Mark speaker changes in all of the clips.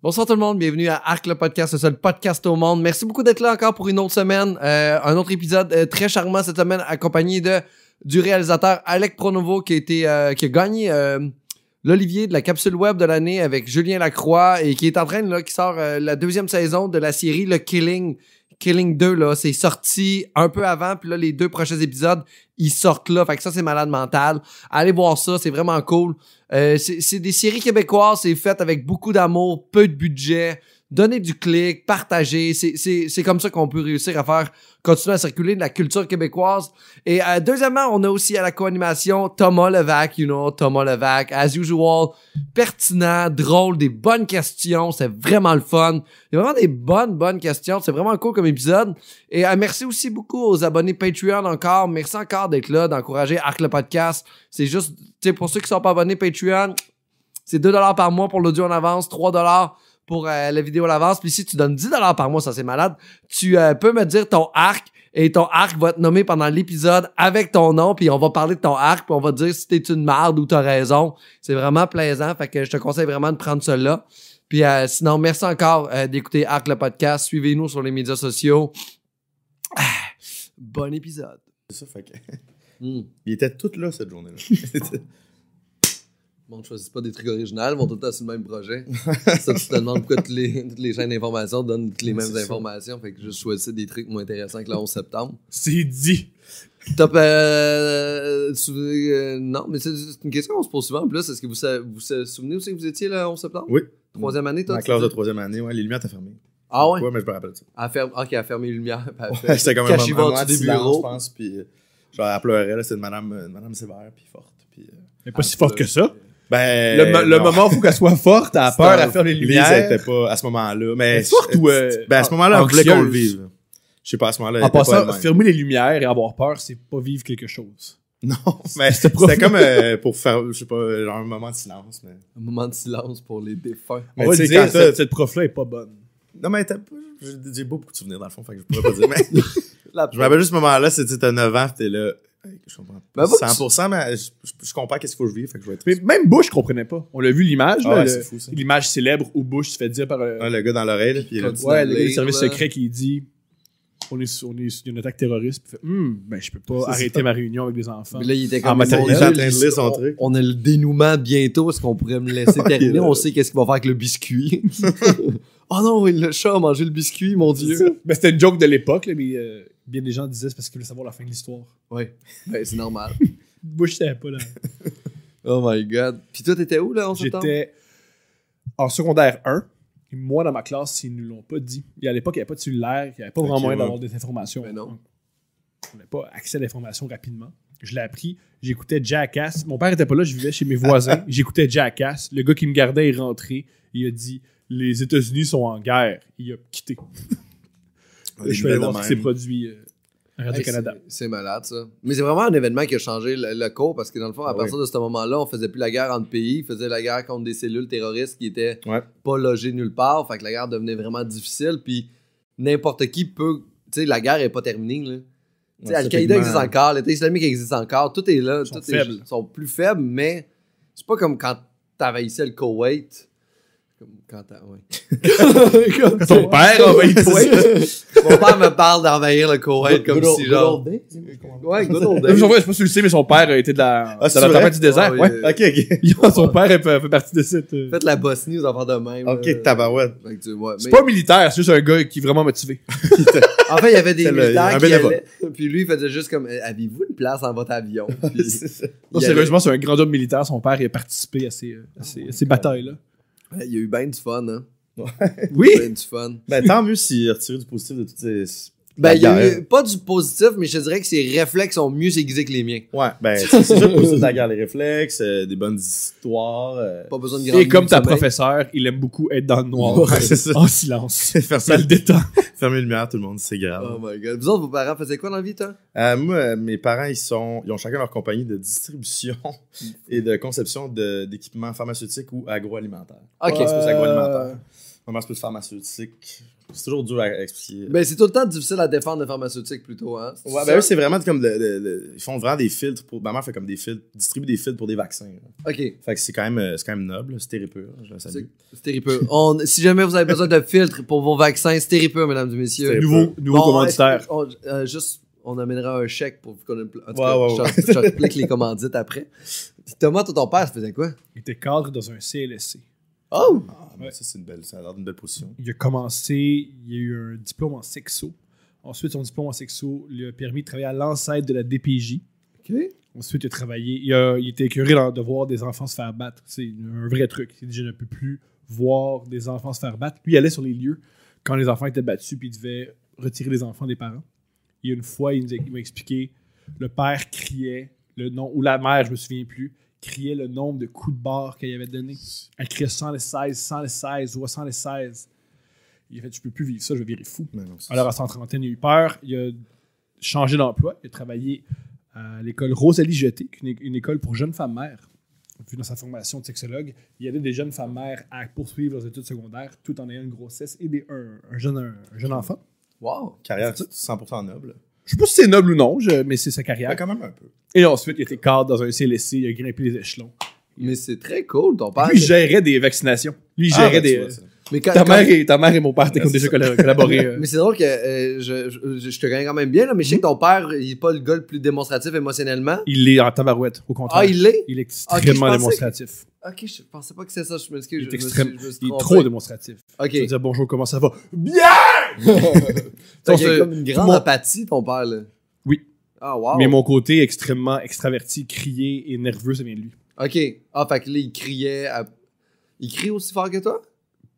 Speaker 1: Bonsoir tout le monde, bienvenue à Arc le podcast, le seul podcast au monde. Merci beaucoup d'être là encore pour une autre semaine, Euh, un autre épisode euh, très charmant cette semaine accompagné de du réalisateur Alec Pronovo qui a été euh, qui a gagné euh, l'Olivier de la capsule web de l'année avec Julien Lacroix et qui est en train là qui sort euh, la deuxième saison de la série Le Killing Killing 2 là, c'est sorti un peu avant puis là les deux prochains épisodes, ils sortent là, fait que ça c'est malade mental. Allez voir ça, c'est vraiment cool. Euh, c'est c'est des séries québécoises, c'est fait avec beaucoup d'amour, peu de budget. Donnez du clic, partagez. C'est- C'est c'est comme ça qu'on peut réussir à faire continuer à circuler de la culture québécoise. Et euh, deuxièmement, on a aussi à la co-animation Thomas Levac, you know, Thomas Levac, as usual, pertinent, drôle, des bonnes questions, c'est vraiment le fun. Il y a vraiment des bonnes, bonnes questions. C'est vraiment cool comme épisode. Et euh, merci aussi beaucoup aux abonnés Patreon encore. Merci encore d'être là, d'encourager Arc le podcast. C'est juste, tu sais, pour ceux qui sont pas abonnés Patreon, c'est 2 dollars par mois pour l'audio en avance, 3 dollars pour euh, la vidéo en avance. Puis si tu donnes 10 dollars par mois, ça c'est malade, tu euh, peux me dire ton arc et ton arc va te nommer pendant l'épisode avec ton nom puis on va parler de ton arc puis on va te dire si t'es une marde ou t'as raison. C'est vraiment plaisant, fait que je te conseille vraiment de prendre cela. Puis euh, sinon, merci encore euh, d'écouter Arc le podcast. Suivez-nous sur les médias sociaux. Ah, bon épisode.
Speaker 2: C'est ça, fait que...
Speaker 1: Hmm.
Speaker 2: Ils étaient tous là cette journée-là.
Speaker 1: Bon, ne choisis pas des trucs originaux, ils vont tout le temps sur le même projet. ça, tu te demandes pourquoi toutes les, toutes les chaînes d'information donnent toutes les
Speaker 2: Ouais,
Speaker 1: mêmes
Speaker 2: c'est ça.
Speaker 1: informations. Fait que juste choisissez des trucs moins intéressants que le 11 septembre.
Speaker 3: C'est dit.
Speaker 1: Top. Euh, tu- euh, non, mais c'est c'est une question qu'on se pose souvent. En plus, est-ce que vous sa- vous se souvenez aussi que vous étiez le 11 septembre
Speaker 2: Oui.
Speaker 1: Troisième année,
Speaker 2: Dans
Speaker 1: toi
Speaker 2: la
Speaker 1: tu
Speaker 2: classe de
Speaker 1: dis?
Speaker 2: troisième année, ouais, les lumières étaient fermées.
Speaker 1: Ah ouais
Speaker 2: Ouais, mais je me rappelle de ça.
Speaker 1: Elle ferme, Ok, elle a fermé les lumières. puis elle fait-
Speaker 2: Ouais, C'était comme un
Speaker 1: Cachez
Speaker 2: moment, un
Speaker 1: votre
Speaker 2: moment de
Speaker 1: petit
Speaker 2: silence,
Speaker 1: bureau.
Speaker 2: je pense, puis euh, genre, elle pleurait, là, c'était une madame, euh, une madame sévère, puis forte, puis... euh,
Speaker 3: Mais pas si fort que ça.
Speaker 2: Ben...
Speaker 3: Le, mo- le
Speaker 2: non.
Speaker 3: moment où faut qu'elle soit forte, elle a
Speaker 2: C'était
Speaker 3: peur,
Speaker 2: un-
Speaker 3: elle ferme les
Speaker 2: Lise,
Speaker 3: lumières.
Speaker 2: elle était pas à ce moment-là, mais...
Speaker 3: Mais forte ou, euh,
Speaker 2: Ben, à ce moment-là, on voulait qu'on le
Speaker 3: anxieuse?
Speaker 2: vive. là. Je sais pas, à ce moment-là, elle
Speaker 3: En
Speaker 2: était pas
Speaker 3: passant,
Speaker 2: elle-même.
Speaker 3: fermer les lumières et avoir peur, c'est pas vivre quelque chose.
Speaker 2: Non, mais
Speaker 3: C'était
Speaker 2: c'était
Speaker 3: pas-
Speaker 2: comme euh, pour faire, je sais pas, genre un moment de silence, mais...
Speaker 1: Un moment de silence pour les défunts.
Speaker 3: On
Speaker 2: Mais
Speaker 3: va
Speaker 2: tu
Speaker 3: le
Speaker 2: sais, quand
Speaker 3: dire,
Speaker 2: t'as-
Speaker 3: cette, cette prof-là est pas bonne.
Speaker 2: Non, mais elle était pas- j'ai j'ai beaucoup de souvenirs, dans le fond, fait que je pourrais pas dire, mais...
Speaker 1: La-
Speaker 2: Je me rappelle juste ce moment-là, c'était t'as 9 ans, pis t'es là. hey, Je comprends pas.
Speaker 1: Ben, vous,
Speaker 2: 100%, mais je, je- je comprends qu'est-ce qu'il faut que je vive, fait que je vais être.
Speaker 3: Mais même Bush, je comprenais pas. On l'a vu l'image,
Speaker 2: Ah
Speaker 3: là,
Speaker 2: ouais,
Speaker 3: le-
Speaker 2: c'est fou ça.
Speaker 3: l'image célèbre où Bush se fait dire par euh,
Speaker 2: Ah, le gars dans l'oreille, là, pis il a dit.
Speaker 1: Continue.
Speaker 3: ouais, le gars du
Speaker 1: Lire,
Speaker 3: service
Speaker 1: là.
Speaker 3: secret qui dit on est sur, on est sur une attaque terroriste. Puis il fait Hum, ben je peux pas
Speaker 2: C'est
Speaker 3: arrêter
Speaker 2: ça.
Speaker 3: ma réunion avec des enfants.
Speaker 1: Mais là, il était
Speaker 3: En
Speaker 1: comme Mon
Speaker 3: matérialisant
Speaker 2: en train de
Speaker 1: Dieu,
Speaker 2: lire son
Speaker 1: on-
Speaker 2: truc.
Speaker 1: On a le dénouement bientôt. Est-ce qu'on pourrait me laisser terminer? on sait qu'est-ce qu'il va faire avec le biscuit. oh non, le chat a mangé le biscuit, mon
Speaker 3: C'est ça.
Speaker 1: Dieu.
Speaker 3: Ben, c'était une joke de l'époque, là, mais euh, bien des gens disaient c'est parce qu'ils voulaient savoir la fin de l'histoire.
Speaker 1: Ouais, ben, c'est normal.
Speaker 3: Bush savait pas là.
Speaker 1: Oh my god. Puis toi, t'étais où là en septembre?
Speaker 3: J'étais en secondaire 1. Et moi, dans ma classe, ils ne nous l'ont pas dit. Et à l'époque, il n'y avait pas de cellulaire, il n'y avait pas
Speaker 2: Ok,
Speaker 3: vraiment moyen
Speaker 2: ouais.
Speaker 3: d'avoir des informations.
Speaker 1: Ben non.
Speaker 3: On n'avait pas accès à l'information rapidement. Je l'ai appris. J'écoutais Jackass. Mon père n'était pas là, je vivais chez mes voisins. J'écoutais Jackass. Le gars qui me gardait est rentré. Il a dit Les États-Unis sont en guerre. Il a quitté.
Speaker 2: des
Speaker 3: je vais aller
Speaker 2: nouvelles
Speaker 3: voir ce
Speaker 2: Ah, de
Speaker 3: qui s'est
Speaker 2: même.
Speaker 3: produit euh, à
Speaker 1: Hey,
Speaker 3: Radio-Canada.
Speaker 1: c'est- C'est malade, ça. Mais c'est vraiment un événement qui a changé le, le cours parce que, dans le fond, à
Speaker 2: Ah
Speaker 1: partir de ce moment-là, on faisait plus la guerre entre pays, on faisait la guerre contre des cellules terroristes qui étaient
Speaker 2: Ouais.
Speaker 1: pas logées nulle part. Fait que la guerre devenait vraiment difficile. Puis n'importe qui peut. Tu sais, la guerre est pas terminée. Là. Tu sais,
Speaker 2: Ouais,
Speaker 1: Al-Qaïda existe
Speaker 2: techniquement.
Speaker 1: encore, l'État islamique existe encore, tout est là.
Speaker 3: Ils sont
Speaker 1: tout est-
Speaker 3: faibles.
Speaker 1: Ils sont plus faibles, mais c'est pas comme quand t'envahissais le Koweït. Comme quand t'as- ouais. Comme
Speaker 3: Ton
Speaker 1: ça.
Speaker 3: père envahit le
Speaker 1: C'est
Speaker 3: Koweït.
Speaker 1: ça. Mon père me parle d'envahir le Koweït comme si genre. Ouais, good old
Speaker 3: Je
Speaker 1: days.
Speaker 3: sais pas si tu le sais, mais son père a été de la,
Speaker 2: Ah,
Speaker 3: de
Speaker 2: c'est
Speaker 3: la
Speaker 2: vrai?
Speaker 3: tempête du désert.
Speaker 1: Ouais,
Speaker 3: ouais.
Speaker 1: euh,
Speaker 2: Ok, ok.
Speaker 3: son père elle fait, fait partie de cette. euh,
Speaker 1: Faites la Bosnie aux enfants de même. là.
Speaker 2: Ok, tabarouette.
Speaker 1: Fait que tu- ouais,
Speaker 3: C'est
Speaker 1: mais-
Speaker 3: pas militaire, c'est juste un gars qui est vraiment motivé.
Speaker 1: En fait, il y avait des
Speaker 2: C'est le- un
Speaker 1: militaires qui
Speaker 2: bénévole.
Speaker 1: allaient- Puis lui, il faisait juste comme euh, Avez-vous une place dans votre avion Puis
Speaker 2: C'est ça.
Speaker 3: Non,
Speaker 1: Il y
Speaker 3: sérieusement, c'est un grand homme militaire. Son père il a participé à ces, euh, à ces, à ces batailles-là.
Speaker 1: ouais, il y a eu bien du fun, hein.
Speaker 3: Oui!
Speaker 1: Ben du fun.
Speaker 2: Ben, tant mieux s'il a retiré du positif de toutes ces.
Speaker 1: Ben, il y a
Speaker 2: la
Speaker 1: eu
Speaker 2: guerre.
Speaker 1: pas du positif, mais je te dirais que ses réflexes sont mieux aiguisés que les miens.
Speaker 2: Ouais, ben, c'est c'est sûr que positif de la guerre, les réflexes, euh, des bonnes histoires. euh,
Speaker 1: Pas besoin de grand
Speaker 3: Et comme ta
Speaker 1: sommeil.
Speaker 3: professeure, il aime beaucoup être dans le noir.
Speaker 2: Ouais, c'est ça.
Speaker 3: En silence.
Speaker 2: Faire ça,
Speaker 3: Ça le détend.
Speaker 2: fermer les lumières, tout le monde, c'est grave.
Speaker 1: Oh my god. Vous autres, vos parents faisaient quoi dans la vie, toi
Speaker 2: Euh, moi, euh, mes parents, ils, sont, ils ont chacun leur compagnie de distribution et de conception de- d'équipements pharmaceutiques ou agroalimentaires.
Speaker 1: Ok. Euh,
Speaker 2: c'est pas ça, agroalimentaire. Comment c'est plus pharmaceutique? C'est toujours dur à expliquer.
Speaker 1: Ben, c'est tout le temps difficile à défendre les pharmaceutiques plutôt, hein.
Speaker 2: ouais,
Speaker 1: ça?
Speaker 2: ben eux, c'est vraiment comme le, le- le- Ils font vraiment des filtres pour. Ma mère fait comme des filtres, distribue des filtres pour des vaccins. là.
Speaker 1: Ok.
Speaker 2: Fait que c'est quand même, euh, c'est quand même noble, c'est terrible. Je le salue.
Speaker 1: C'est terrible. On, si jamais vous avez besoin de filtres pour vos vaccins, c'est terrible, mesdames et messieurs.
Speaker 2: Stéripeux.
Speaker 3: Nouveau, nouveau
Speaker 1: Bon,
Speaker 3: commanditaire.
Speaker 1: est-ce que- on- euh, juste, on amènera un chèque pour qu'on ait une pla- En tout
Speaker 2: Ouais,
Speaker 1: cas,
Speaker 2: ouais,
Speaker 1: je t'en-
Speaker 2: ouais.
Speaker 1: je t'explique les commandites après. Puis Thomas, toi, ton père, ça faisait quoi?
Speaker 3: Il était cadre dans un CLSC.
Speaker 1: Oh!
Speaker 2: Ah, ben,
Speaker 3: Ouais.
Speaker 2: Ça, c'est une belle, ça a l'air d'une belle position.
Speaker 3: Il a commencé, il a eu un diplôme en sexo. Ensuite, son diplôme en sexo lui a permis de travailler à l'ancêtre de la DPJ.
Speaker 1: OK.
Speaker 3: Ensuite, il a travaillé, il, a- il était écœuré d'en- de voir des enfants se faire battre. C'est un vrai truc. Il dit, je ne peux plus voir des enfants se faire battre. Lui, il allait sur les lieux quand les enfants étaient battus, puis il devait retirer les enfants des parents. Il y a une fois, il nous a- il m'a expliqué, le père criait le nom, ou la mère, je me souviens plus, criait le nombre de coups de barre qu'elle avait donné. Elle criait 116, 116, ou 116. Il a fait, je peux plus vivre ça, je vais virer fou.
Speaker 2: Mais non, c'est-
Speaker 3: Alors, à 130 il a eu peur. Il a changé d'emploi. Il a travaillé à l'école Rosalie Jeté, qui est une, une école pour jeunes femmes mères. Vu dans sa formation de sexologue, il y avait des jeunes femmes mères à poursuivre leurs études secondaires tout en ayant une grossesse et des- un, un jeune, un, jeune enfant.
Speaker 1: Wow!
Speaker 2: Carrière 100% noble.
Speaker 3: Je sais pas si c'est noble ou non, je- mais c'est sa carrière.
Speaker 2: Ouais, quand même un peu.
Speaker 3: Et ensuite, il était cadre dans un CLSC, il a grimpé les échelons.
Speaker 1: Mais c'est très cool, ton père.
Speaker 3: Lui, il gérait des vaccinations. Lui, il
Speaker 1: Ah,
Speaker 3: gérait
Speaker 2: ben, tu
Speaker 3: des.
Speaker 2: vois, ça.
Speaker 1: mais quand-
Speaker 3: ta,
Speaker 1: quand-
Speaker 3: mère et, ta mère et mon père étaient comme
Speaker 2: Ouais,
Speaker 3: déjà
Speaker 2: c'est
Speaker 3: colla- collaborés. euh.
Speaker 1: Mais c'est drôle que euh, je, je, je te gagne quand même bien, là, mais je sais que ton père, il est pas le gars le plus démonstratif émotionnellement.
Speaker 3: Il est en tabarouette, au contraire.
Speaker 1: Ah, il l'est?
Speaker 3: Il est
Speaker 1: Ah, ok, je
Speaker 3: extrêmement
Speaker 1: pensais que-
Speaker 3: démonstratif.
Speaker 1: Ok, je pensais pas que c'est ça, je m'excuse.
Speaker 3: Il est
Speaker 1: je me suis-
Speaker 3: extrême-
Speaker 1: je me suis
Speaker 3: Il est
Speaker 1: trompé.
Speaker 3: trop démonstratif.
Speaker 1: Ok.
Speaker 3: Tu vas dire bonjour, comment ça va? Bien!
Speaker 1: Fait
Speaker 3: Donc,
Speaker 1: qu'il y a
Speaker 3: c'est-
Speaker 1: comme une
Speaker 3: tout
Speaker 1: grande
Speaker 3: mon-
Speaker 1: apathie, ton père, là.
Speaker 3: Oui.
Speaker 1: Ah, wow.
Speaker 3: Mais mon côté extrêmement extraverti, crié et nerveux, ça vient de lui.
Speaker 1: Ok. Ah, fait que là, il criait. à- Il crie aussi fort que toi?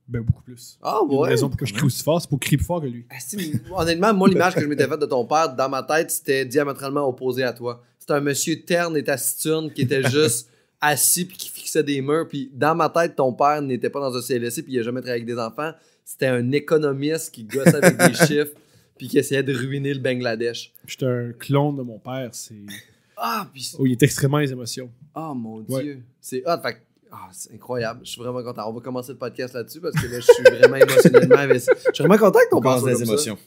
Speaker 3: Ben, beaucoup plus.
Speaker 1: Ah,
Speaker 3: Une
Speaker 1: ouais.
Speaker 3: raison pourquoi je crie aussi fort, c'est pour crier plus fort que lui.
Speaker 1: Ah, si, mais honnêtement, moi, l'image que je m'étais faite de ton père, dans ma tête, c'était diamétralement opposé à toi. C'était un monsieur terne et taciturne qui était juste assis puis qui fixait des murs. Puis dans ma tête, ton père n'était pas dans un CLSC puis il a jamais travaillé avec des enfants. C'était un économiste qui gossait avec des chiffres puis qui essayait de ruiner le Bangladesh.
Speaker 3: J'étais un clone de mon père. C'est...
Speaker 1: Ah, puis...
Speaker 3: Oh, il est extrêmement les émotions.
Speaker 1: Ah, mon
Speaker 3: Ouais.
Speaker 1: Dieu. C'est hot. Fait que- ah, c'est incroyable. Je suis vraiment content. On va commencer le podcast là-dessus parce que là, je suis vraiment émotionnellement investi. Je suis vraiment content que ton
Speaker 2: On
Speaker 1: père
Speaker 2: commence
Speaker 1: soit
Speaker 2: des
Speaker 1: comme ça.
Speaker 2: émotions.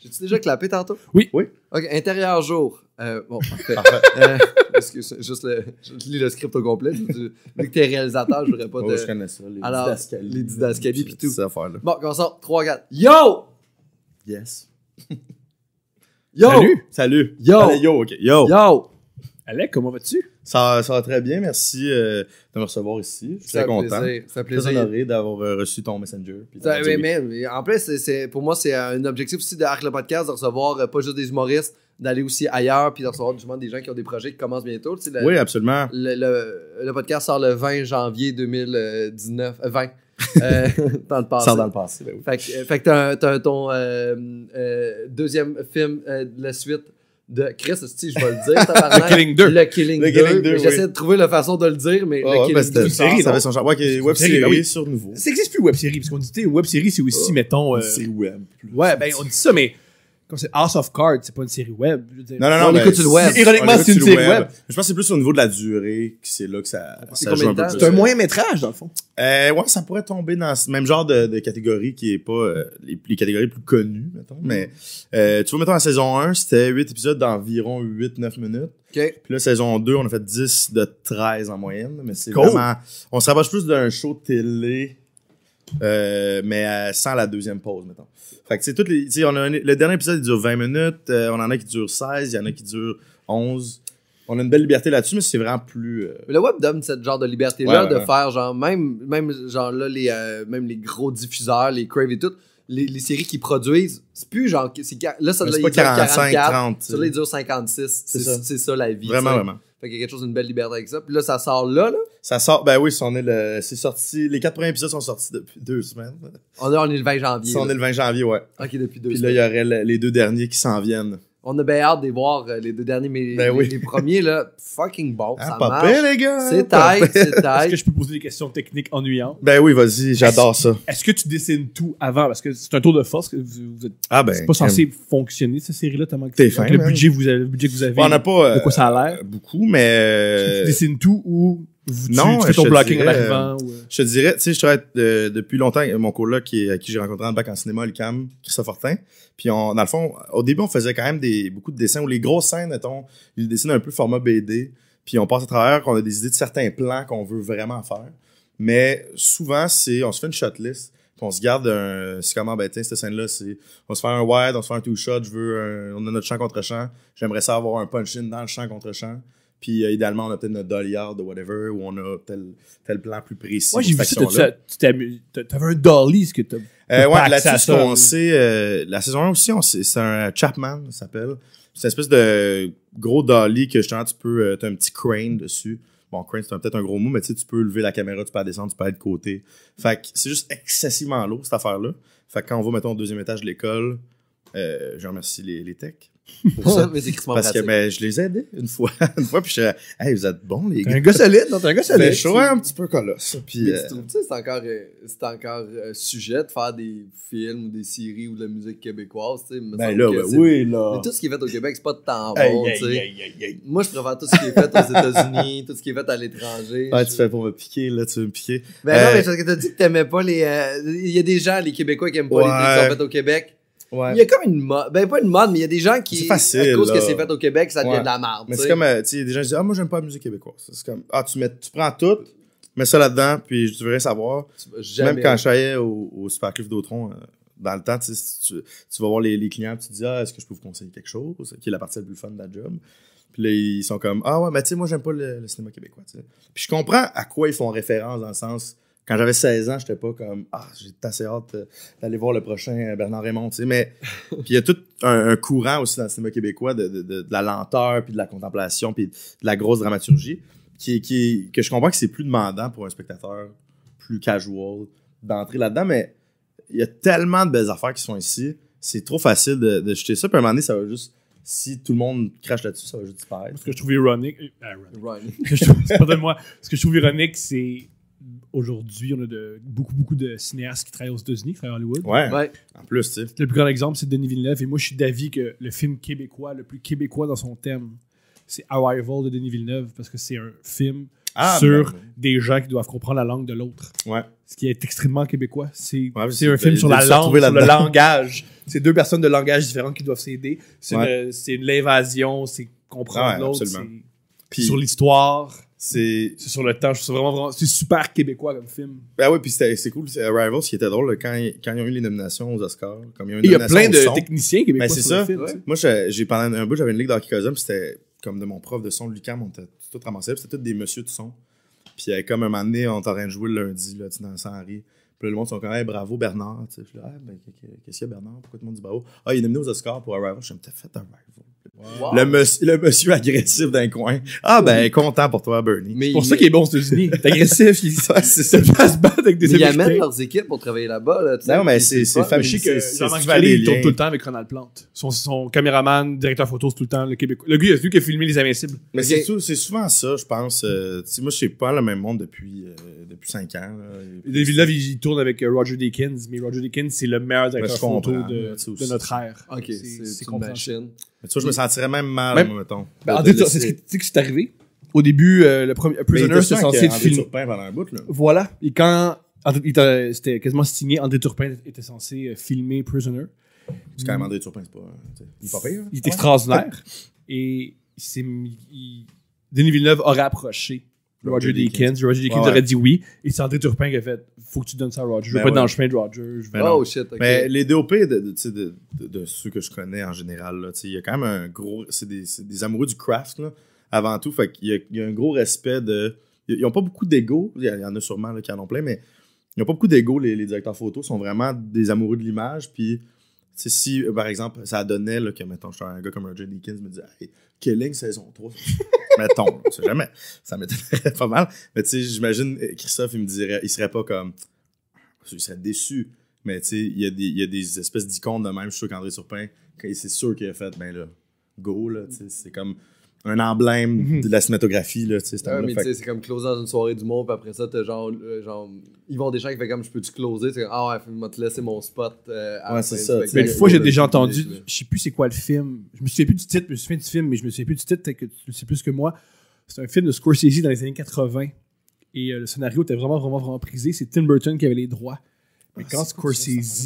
Speaker 1: J'ai-tu déjà clapé tantôt?
Speaker 3: Oui.
Speaker 2: Oui.
Speaker 1: OK, intérieur jour. Euh, bon, parfait.
Speaker 2: Parfait.
Speaker 1: Euh, excuse, juste le, je lis le script au complet. Je- je- Vu que t'es réalisateur, je voudrais pas
Speaker 2: Ouais, Oh, je
Speaker 1: te...
Speaker 2: connais ça. Les
Speaker 1: Alors,
Speaker 2: didascalies.
Speaker 1: les didascalies pis tout.
Speaker 2: Ces affaires-là.
Speaker 1: Bon, commençons. 3, 4. Yo!
Speaker 2: Yes.
Speaker 1: Yo!
Speaker 3: Salut!
Speaker 2: Salut. Oh,
Speaker 1: Yo!
Speaker 2: Allez, yo, ok. Yo.
Speaker 1: Yo!
Speaker 3: Alec, comment vas-tu?
Speaker 2: Ça, ça va très bien. Merci euh, de me recevoir ici. Je suis
Speaker 1: Ça
Speaker 2: très
Speaker 1: fait
Speaker 2: content.
Speaker 1: plaisir. Ça fait
Speaker 2: Très
Speaker 1: plaisir.
Speaker 2: honoré d'avoir euh, reçu ton messenger. puis
Speaker 1: Ça-
Speaker 2: d'avoir dit
Speaker 1: mais,
Speaker 2: oui.
Speaker 1: mais- mais en plus, c'est- c'est- pour moi, c'est un objectif aussi de Arc le Podcast de recevoir euh, pas juste des humoristes, d'aller aussi ailleurs puis de recevoir justement des gens qui ont des projets qui commencent bientôt. Tu sais, le,
Speaker 2: Oui, absolument.
Speaker 1: le, le- le podcast sort le 20 janvier 2019. euh, 20. Euh, dans le passé.
Speaker 2: Sans dans le passé. ben oui.
Speaker 1: Fait que, euh, fait que t'as, un- t'as un- ton euh, euh, deuxième film euh, de la suite de Chris, si je vais le dire, tabarnak.
Speaker 3: Le Killing 2.
Speaker 1: Le Killing 2.
Speaker 2: Le Killing 2,
Speaker 1: Mais
Speaker 2: oui.
Speaker 1: J'essaie de trouver la façon de le dire, mais
Speaker 2: Ah,
Speaker 1: le
Speaker 2: ouais,
Speaker 1: Killing
Speaker 2: ben, c'était
Speaker 1: 2.
Speaker 3: une série,
Speaker 2: ça
Speaker 3: non?
Speaker 2: avait son genre. Ouais,
Speaker 3: C'est
Speaker 2: que
Speaker 3: une
Speaker 2: web
Speaker 3: série,
Speaker 2: série,
Speaker 3: ben oui.
Speaker 2: sur nouveau.
Speaker 3: Ça n'existe plus web série, parce qu'on dit tu sais, web série, c'est aussi,
Speaker 2: Ah,
Speaker 3: mettons. euh,
Speaker 2: C'est web. plus.
Speaker 3: Ouais, ben on dit ça, mais comme c'est House of Cards, c'est pas une série web. je veux dire.
Speaker 2: Non, non,
Speaker 1: On
Speaker 2: non. mais
Speaker 1: écoute sur le web.
Speaker 3: Ironiquement,
Speaker 2: on écoute
Speaker 3: c'est une
Speaker 2: sur le
Speaker 3: série web.
Speaker 2: Je pense que c'est plus au niveau de la durée que c'est là que ça,
Speaker 1: C'est
Speaker 2: ça
Speaker 1: combien
Speaker 2: joue un
Speaker 1: de
Speaker 2: peu
Speaker 1: temps?
Speaker 2: plus.
Speaker 3: C'est un moyen métrage, dans le fond.
Speaker 2: Euh, ouais, ça pourrait tomber dans ce même genre de, de catégorie qui est pas euh, les, les catégories les plus connues, mettons. Mais euh, tu vois, mettons, la saison 1, c'était 8 épisodes d'environ 8-9 minutes.
Speaker 1: Ok.
Speaker 2: Puis là, saison 2, on a fait 10 de 13 en moyenne. Mais c'est
Speaker 3: Cool.
Speaker 2: vraiment... On se rapproche plus d'un show télé, euh, mais euh, sans la deuxième pause, mettons. Fait que, tu sais, toutes les... tu sais, on a un- le dernier épisode, il dure 20 minutes. euh, on en a qui durent 16, il y en a qui durent 11. On a une belle liberté là-dessus, mais c'est vraiment plus... euh,
Speaker 1: Mais Le web donne cette genre de liberté-là
Speaker 2: Ouais, ouais,
Speaker 1: de
Speaker 2: ouais.
Speaker 1: faire, genre, même, même, genre, là, les, euh, même les gros diffuseurs, les Crave et tout, les, les séries qui produisent, c'est plus genre. C'est, quar- là, ça
Speaker 2: c'est
Speaker 1: là, il
Speaker 2: pas
Speaker 1: dure
Speaker 2: 45,
Speaker 1: 44.
Speaker 2: 30. tu sais.
Speaker 1: Celui-là, il dure 56. C'est,
Speaker 2: C'est
Speaker 1: c'est ça.
Speaker 2: ça.
Speaker 1: la vie.
Speaker 2: Vraiment,
Speaker 1: tu sais.
Speaker 2: vraiment.
Speaker 1: Fait qu'il y a quelque chose d'une belle liberté avec ça. Puis là, ça sort là, là.
Speaker 2: Ça sort, ben oui, ça en est le- c'est sorti, les quatre premiers épisodes sont sortis depuis deux semaines.
Speaker 1: On est, on est le 20 janvier.
Speaker 2: Ça en est
Speaker 1: là.
Speaker 2: le 20 janvier, ouais.
Speaker 1: Ok, depuis deux
Speaker 2: Puis
Speaker 1: semaines.
Speaker 2: là, il y aurait le- les deux derniers qui s'en viennent.
Speaker 1: On a bien hâte de les voir euh, les deux derniers, mais les,
Speaker 2: Ben oui.
Speaker 1: les premiers, là, fucking bon.
Speaker 2: Ah,
Speaker 1: ça
Speaker 2: pas
Speaker 1: marche.
Speaker 2: pire, les gars!
Speaker 1: C'est
Speaker 2: Pas
Speaker 1: tight,
Speaker 2: pire.
Speaker 1: c'est
Speaker 3: Est-ce que
Speaker 1: tight.
Speaker 3: je peux poser des questions techniques ennuyantes?
Speaker 2: Ben oui, vas-y, j'adore ça.
Speaker 3: Est-ce que tu dessines tout avant? Parce que c'est un tour de force. que vous- vous êtes
Speaker 2: Ah ben.
Speaker 3: c'est pas censé fonctionner, cette série-là, tellement que
Speaker 2: T'es
Speaker 3: avec
Speaker 2: fin,
Speaker 3: le
Speaker 2: man. euh,
Speaker 3: budget, vous avez, le budget que vous avez,
Speaker 2: on n'a pas
Speaker 3: de
Speaker 2: euh,
Speaker 3: quoi ça a l'air.
Speaker 2: beaucoup, mais.
Speaker 3: Tu dessines tout ou Vous- tu,
Speaker 2: Non,
Speaker 3: tu fais
Speaker 2: je
Speaker 3: ton
Speaker 2: te
Speaker 3: blocking en
Speaker 2: dirais,
Speaker 3: arrivant. ou, euh,
Speaker 2: Je te dirais, tu sais, je travaille euh, depuis longtemps avec mon coloc qui, est- à qui j'ai rencontré dans le bac en cinéma, Lucam, Christophe Fortin. Puis, on, dans le fond, au début, on faisait quand même des, beaucoup de dessins où les grosses scènes, mettons, ils dessinent un peu format BD. Puis, on passe à travers, qu'on a des idées de certains plans qu'on veut vraiment faire. Mais souvent, c'est, on se fait une shotlist. Puis on se garde un. C'est comment, ben, tiens, cette scène-là, c'est. On se fait un wide, on se fait un two-shot, je veux. un- on a notre champ contre champ. J'aimerais ça avoir un punch-in dans le champ contre champ. Puis, euh, idéalement, on a peut-être notre dolly yard ou whatever, où on a tel, tel plan plus précis.
Speaker 3: Moi,
Speaker 2: pour
Speaker 3: j'ai vu
Speaker 2: cette
Speaker 3: ça.
Speaker 2: action-là.
Speaker 3: t'as- Tu t'amuses- t'as- t'avais un dolly, ce que t'as.
Speaker 2: Euh,
Speaker 3: Pas
Speaker 2: ouais,
Speaker 3: accès à
Speaker 2: là-dessus, ce
Speaker 3: ça,
Speaker 2: qu'on
Speaker 3: oui.
Speaker 2: sait, euh, la saison 1 aussi, on sait- c'est un euh, Chapman, ça s'appelle. C'est une espèce de gros dolly que justement, tu peux, euh, t'as un petit crane dessus. Bon, crane, c'est un- peut-être un gros mot, mais tu sais, tu peux lever la caméra, tu peux la descendre, tu peux aller de côté. Fait que c'est juste excessivement lourd, cette affaire-là. Fait que quand on va, mettons, au deuxième étage de l'école, euh, je remercie les, les techs pour ça.
Speaker 1: mais c'est crissement
Speaker 2: Parce que
Speaker 1: pratique.
Speaker 2: ben, je les ai aidés une fois. une fois, puis je suis Hey, vous êtes bons, les
Speaker 3: T'es un
Speaker 2: gars.
Speaker 3: gars solide, non? T'es un gars
Speaker 2: Je
Speaker 3: solide.
Speaker 2: chaud hein, un petit peu colosse. Puis,
Speaker 1: Ben, Mais
Speaker 2: euh,
Speaker 1: tu trouves ça, c'est encore, euh, c'est encore euh, sujet de faire des films ou des séries ou de la musique québécoise, tu sais. me
Speaker 2: ben
Speaker 1: semble
Speaker 2: là,
Speaker 1: que
Speaker 2: ben
Speaker 1: c'est-
Speaker 2: oui, là.
Speaker 1: Mais tout ce qui est fait au Québec, c'est pas de temps
Speaker 2: Hey,
Speaker 1: bon,
Speaker 2: hey,
Speaker 1: tu sais.
Speaker 2: hey, hey, hey.
Speaker 1: Moi, je préfère tout ce qui est fait aux États-Unis, tout ce qui est fait à l'étranger.
Speaker 2: Ah,
Speaker 1: Je-
Speaker 2: tu fais pour me piquer, là, tu veux me piquer.
Speaker 1: Ben non,
Speaker 2: Euh,
Speaker 1: mais c'est parce que t'as dit que t'aimais pas les. euh, Il y a des gens, les Québécois, qui aiment pas les trucs qui
Speaker 2: Ouais.
Speaker 1: sont faits au Québec.
Speaker 2: Ouais.
Speaker 1: Il y a comme une mode. Ben, pas une mode, mais il y a des gens qui.
Speaker 2: C'est facile,
Speaker 1: À cause que
Speaker 2: là.
Speaker 1: c'est fait au Québec, ça devient
Speaker 2: Ouais.
Speaker 1: de la merde.
Speaker 2: Mais
Speaker 1: tu
Speaker 2: c'est
Speaker 1: sais.
Speaker 2: comme, euh, tu sais, il y a des gens qui disent, ah, moi, j'aime pas la musique québécoise. C'est comme, ah, tu, mets, tu prends tout, mets ça là-dedans, puis tu veux rien savoir.
Speaker 1: Tu vas Jamais.
Speaker 2: Même quand je travaillais au, au Superclub d'Autron, euh, dans le temps, tu, sais, si tu, tu vas voir les, les clients, puis tu dis, ah, est-ce que je peux vous conseiller quelque chose, qui est la partie la plus fun de la job. Puis là, ils sont comme, ah ouais, mais tu sais, moi, j'aime pas le, le cinéma québécois, tu sais. Puis je comprends à quoi ils font référence, dans le sens, quand j'avais 16 ans, j'étais pas comme, ah, j'ai assez hâte euh, d'aller voir le prochain euh, Bernard Raymond, tu sais. Mais, puis il y a tout un, un courant aussi dans le cinéma québécois de, de- de- de la lenteur, puis de la contemplation, puis de la grosse dramaturgie, qui, qui, que je comprends que c'est plus demandant pour un spectateur plus casual d'entrer là-dedans, mais il y a tellement de belles affaires qui sont ici, c'est trop facile de, de jeter ça. Puis à un moment donné, ça va juste. Si tout le monde crache là-dessus, ça va juste disparaître.
Speaker 3: Ce que je trouve ironique. euh, ah, ironique.
Speaker 1: Right.
Speaker 3: Ce que je trouve- c'est pas de moi. Ce que je trouve ironique, c'est aujourd'hui, on a de, beaucoup, beaucoup de cinéastes qui travaillent aux États-Unis, qui travaillent à Hollywood.
Speaker 2: Ouais,
Speaker 1: Ouais.
Speaker 2: en plus, tu sais.
Speaker 3: Le plus grand exemple, c'est Denis Villeneuve. Et moi, je suis d'avis que le film québécois, le plus québécois dans son thème, c'est Arrival de Denis Villeneuve, parce que c'est un film sur
Speaker 2: ben,
Speaker 3: des gens qui doivent comprendre la langue de l'autre.
Speaker 2: Ouais.
Speaker 3: Ce qui est extrêmement québécois. C'est
Speaker 2: Ouais,
Speaker 3: c'est
Speaker 2: c'est-
Speaker 3: un film
Speaker 2: de-
Speaker 3: sur
Speaker 2: de
Speaker 3: la
Speaker 2: se
Speaker 3: langue,
Speaker 2: retrouver
Speaker 3: sur le
Speaker 2: là-dedans.
Speaker 3: langage. C'est deux personnes de langage différents qui doivent s'aider. C'est
Speaker 2: Ouais.
Speaker 3: une- c'est une- l'évasion, c'est comprendre
Speaker 2: Ouais,
Speaker 3: l'autre.
Speaker 2: absolument.
Speaker 3: c'est- C'est
Speaker 2: Puis
Speaker 3: sur l'histoire,
Speaker 2: c'est.
Speaker 3: c'est sur le temps. Je trouve ça vraiment, vraiment- c'est super québécois comme film.
Speaker 2: Ben ouais, puis c'était- c'est cool. c'est Arrival, ce qui était drôle, quand, ils- quand ils ont eu les nominations aux Oscars, comme ils ont eu une
Speaker 3: Et il y a
Speaker 2: nomination
Speaker 3: plein
Speaker 2: au
Speaker 3: de
Speaker 2: son,
Speaker 3: techniciens québécois
Speaker 2: Ben, c'est
Speaker 3: sur
Speaker 2: ça.
Speaker 3: le film.
Speaker 1: Ouais.
Speaker 3: tu sais.
Speaker 2: Moi, j'ai j'ai- pendant un bout, j'avais une ligue d'Archicosum, puis c'était comme de mon prof de son de Lucam, on était tout ramassé, puis c'était tous des messieurs de son. Puis euh, comme un moment donné, on t'aurait joué le lundi, là, tu sais, dans Saint-Henri. Puis là, le monde sont comme, hey, bravo Bernard. Tu sais, je suis là, Ah, ben, qu'est- qu'est-ce qu'il y a Bernard Pourquoi tout le monde dit bravo Ah, il est nominé aux Oscars pour Arrival. Je me t'as fait Arrival.
Speaker 1: Wow.
Speaker 2: Le, monsieur- le monsieur agressif d'un coin. Ah, ben, content pour toi, Bernie.
Speaker 1: Mais
Speaker 3: C'est pour
Speaker 1: il-
Speaker 3: ça qu'il est bon aux États-Unis. Il est agressif, il
Speaker 2: Ça, c'est
Speaker 3: se passe battre avec des
Speaker 1: mais ils amènent
Speaker 3: Américains.
Speaker 1: leurs équipes pour travailler là-bas. Là, tu sais.
Speaker 2: Non, mais c'est c'est
Speaker 1: Ouais,
Speaker 3: Mais je
Speaker 2: familier.
Speaker 3: sais que
Speaker 2: c'est-
Speaker 3: Jean-Marc
Speaker 2: c'est-
Speaker 3: Vallée,
Speaker 2: c'est
Speaker 3: il
Speaker 2: des
Speaker 3: tourne
Speaker 2: liens.
Speaker 3: tout le temps avec Ronald Plante. Son, son caméraman, directeur photo, c'est tout le temps le Québécois. Le gars, il a vu qu'il a filmé Les Invincibles.
Speaker 2: Mais
Speaker 1: Ok.
Speaker 2: c'est sou- c'est souvent ça, je pense. Euh, tu sais, moi, je suis pas le même monde depuis, euh, depuis 5 ans. là. Et-
Speaker 3: David Villeneuve, il, il tourne avec euh, Roger Deakins, mais Roger Deakins, c'est le meilleur directeur
Speaker 2: Ben, je comprends,
Speaker 3: photo de,
Speaker 2: là, tu sais aussi.
Speaker 3: de notre ère.
Speaker 1: Ok, c'est c'est une
Speaker 3: compréhensible.
Speaker 1: machine.
Speaker 2: Mais tu vois, je me sentirais même mal,
Speaker 3: Même-
Speaker 2: moi, mettons.
Speaker 3: Ben,
Speaker 1: de
Speaker 3: en
Speaker 1: te
Speaker 3: fait, tu
Speaker 1: laisser.
Speaker 3: c'est ce qui- tu sais que c'est arrivé. Au début, euh, le premier Prisoner,
Speaker 2: c'est
Speaker 3: c'était censé être filmé.
Speaker 2: pendant un bout, là.
Speaker 3: Voilà. Et quand André- il était- c'était quasiment signé, André Turpin était censé euh, filmer Prisoner.
Speaker 2: C'est quand même André Turpin, c'est pas. tu sais, Il est pas pire. hein.
Speaker 3: Il est extraordinaire. Et il s'est mis- il- Denis Villeneuve aurait approché Roger,
Speaker 2: Roger
Speaker 3: Deakins. Roger Deakins
Speaker 2: Ouais, ouais.
Speaker 3: aurait dit oui. Et c'est André Turpin qui a fait Faut que tu donnes ça à Roger. Je veux
Speaker 2: Ben
Speaker 3: pas être
Speaker 2: ouais.
Speaker 3: dans le chemin de Roger. Je veux-
Speaker 2: Ben non.
Speaker 1: oh shit, ok.
Speaker 2: Mais les DOP de, de, tu sais, de, de, de ceux que je connais en général, là, tu sais, il y a quand même un gros. C'est des, c'est des amoureux du craft, là, avant tout. Fait qu'il y a, il y a un gros respect de. Ils n'ont pas beaucoup d'ego. Il y en a sûrement là, qui en ont plein, mais ils n'ont pas beaucoup d'ego. Les, les directeurs photos sont vraiment des amoureux de l'image. Puis, tu sais, si, euh, par exemple, ça donnait là, que, mettons, je suis un gars comme Roger Deakins me disait, hey, Killing saison 3. mettons, là, tu sais jamais. Ça m'étonnerait pas mal. Mais tu sais, j'imagine, euh, Christophe, il me dirait, il serait pas comme. Il serait déçu. Mais tu sais, il y, a des- il y a des espèces d'icônes de même. Je suis sûr qu'André Surpin, quand- c'est sûr qu'il a fait, ben là, go, là, tu sais, c'est comme un emblème
Speaker 3: Mhm.
Speaker 2: de la cinématographie, là, tu sais, cet
Speaker 1: Ouais,
Speaker 2: homme-là.
Speaker 1: Ah, mais
Speaker 2: Fait
Speaker 1: tu sais, c'est comme closer dans une soirée du monde, puis après ça, t'as genre, euh, genre, Yvon Deschamps qui fait comme je peux-tu closer, c'est comme, ah ouais, faut te laisser mon spot. euh, à la fin
Speaker 2: Ouais, c'est
Speaker 1: du
Speaker 2: ça,
Speaker 1: spectacle.
Speaker 3: Mais une fois, j'ai
Speaker 2: de-
Speaker 3: déjà
Speaker 1: de-
Speaker 3: entendu,
Speaker 1: de-
Speaker 3: je sais plus c'est quoi le film. Je me souviens plus du titre, je me souviens du film, mais je me souviens plus du titre, peut-être que tu le sais plus que moi. C'est un film de Scorsese dans les années 80 Et euh, le scénario était vraiment, vraiment, vraiment prisé. C'est Tim Burton qui avait les droits. Mais
Speaker 2: Ah,
Speaker 3: quand
Speaker 2: c'est cool, ça,
Speaker 3: Scorsese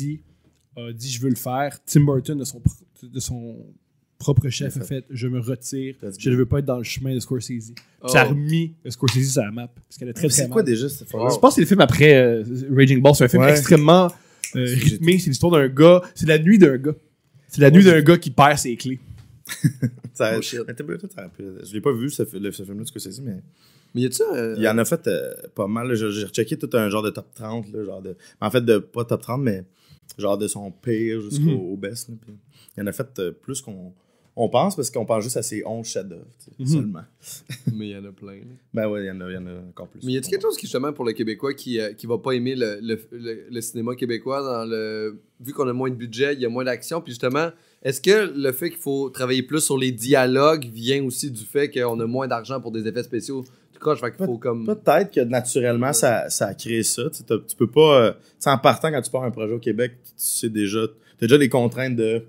Speaker 3: a dit je veux le faire, Tim Burton, de son, pr- de son propre chef,
Speaker 2: Il
Speaker 3: a
Speaker 2: a
Speaker 3: fait je me retire,
Speaker 2: That's
Speaker 3: je ne
Speaker 2: good.
Speaker 3: veux pas être dans le chemin de Scorsese. Puis
Speaker 1: Oh.
Speaker 3: Ça a remis Scorsese sur la map. Parce qu'elle a très, très
Speaker 2: C'est
Speaker 3: mal.
Speaker 2: quoi déjà cette fois
Speaker 3: Je pense que c'est le film après euh, Raging Bull. C'est un film
Speaker 2: Ouais.
Speaker 3: extrêmement euh, rythmé. C'est l'histoire d'un gars. C'est la nuit d'un gars. C'est la nuit d'un gars qui perd ses clés.
Speaker 2: Ça,
Speaker 1: Oh, shit.
Speaker 2: Mais Tim Burton, ça rappelle- je l'ai pas vu ce, fi- le- ce film-là, ce que c'est, mais
Speaker 1: Mais y a-tu euh,
Speaker 2: il y en a fait euh, pas mal. là. J'ai j'ai rechecké tout un genre de top 30, là, genre de, en fait, de, pas top 30, mais genre de son pire jusqu'au
Speaker 3: Mhm.
Speaker 2: au best. là, puis il y en a fait euh, plus qu'on on pense, parce qu'on pense juste à ses 11 chefs-d'œuvre tu sais,
Speaker 3: Mhm.
Speaker 2: seulement.
Speaker 1: Mais y en a plein. là.
Speaker 2: Ben ouais, il y, en a- il y en a encore plus.
Speaker 1: Mais y a-tu quelque chose qui, justement, pour le Québécois qui, euh, qui va pas aimer le, le, le- le cinéma québécois dans le. Vu qu'on a moins de budget, il y a moins d'action. Puis justement, est-ce que le fait qu'il faut travailler plus sur les dialogues vient aussi du fait qu'on a moins d'argent pour des effets spéciaux? Du croche, fait qu'il faut comme.
Speaker 2: Peut-être que naturellement, ça, ça a créé ça. Tu, sais, t'as- tu peux pas. euh, tu sais, en partant, quand tu pars un projet au Québec, tu sais déjà. T'as déjà les contraintes de.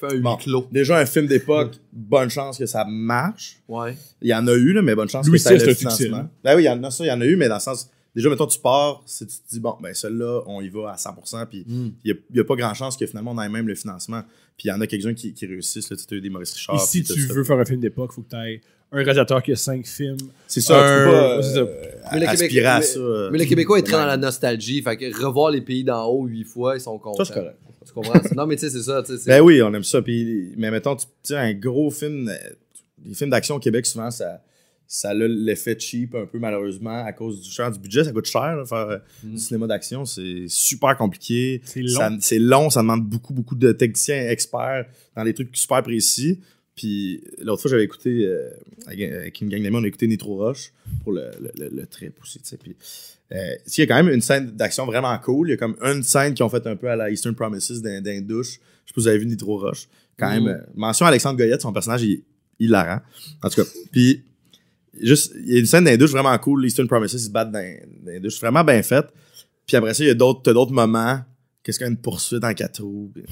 Speaker 1: Faire un huis
Speaker 2: Bon.
Speaker 1: clos.
Speaker 2: Déjà, un film d'époque, bonne chance que ça marche.
Speaker 1: Ouais.
Speaker 2: Il y en a eu, là, mais bonne chance
Speaker 3: Louis
Speaker 2: que ça ait
Speaker 3: VI,
Speaker 2: le
Speaker 3: c'est un succès,
Speaker 2: financement.
Speaker 3: là.
Speaker 2: Ben oui, il y en a ça, il y en a eu, mais dans le sens. Déjà, mettons, tu pars, si tu te dis, bon, ben celle-là, on y va à 100%, puis il n'y a, pas grand chance que finalement on ait même le financement. Puis il y en a quelques-uns qui, qui réussissent, là, tu sais, t'as eu des Maurice Richard.
Speaker 3: Et
Speaker 2: puis
Speaker 3: si tu
Speaker 2: tout Ah, ça.
Speaker 3: veux faire un film d'époque, il faut que tu aies un réalisateur qui a cinq films.
Speaker 2: C'est ça, tu peux pas,
Speaker 3: Un- c'est ça.
Speaker 2: euh,
Speaker 1: Mais le Québec-
Speaker 2: aspirer à
Speaker 1: mais-
Speaker 2: ça. euh,
Speaker 1: Mais le Québécois est très dans
Speaker 2: vraiment.
Speaker 1: la nostalgie. Fait que revoir les pays d'en haut huit fois, ils sont contents.
Speaker 2: Ça, c'est correct.
Speaker 1: Tu comprends? non, mais tu sais, c'est ça. tu sais, c'est-
Speaker 2: Ben oui, on aime ça. Puis, mais mettons, tu tu sais, un gros film, euh, les films d'action au Québec, souvent, ça, ça a l'effet cheap un peu, malheureusement, à cause du cher du budget. Ça coûte cher, là, faire euh,
Speaker 1: Mm.
Speaker 2: du cinéma d'action. C'est super compliqué.
Speaker 3: C'est long.
Speaker 2: Ça- C'est long, ça demande beaucoup, beaucoup de techniciens experts dans des trucs super précis. Puis l'autre fois, j'avais écouté, euh, avec, avec une gang d'amis, on a écouté Nitro Roche pour le, le, le- le trip aussi, tu sais. Puis, euh, il y a quand même une scène d'action vraiment cool. Il y a comme une scène qu'ils ont fait un peu à la Eastern Promises d'un d'un douche. Je sais pas si vous avez vu Nitro Roche. Quand
Speaker 1: Mm.
Speaker 2: même, euh, mention à Alexandre Goyette, son personnage, il est hilarant. En tout cas, puis juste, il y a une scène d'un douche vraiment cool. Les Eastern Promises, ils se battent dans, dans les douches. Vraiment bien faite. Puis après ça, il y a d'autres t'as d'autres moments. Qu'est-ce qu'il y a une poursuite en quatre roues? puis-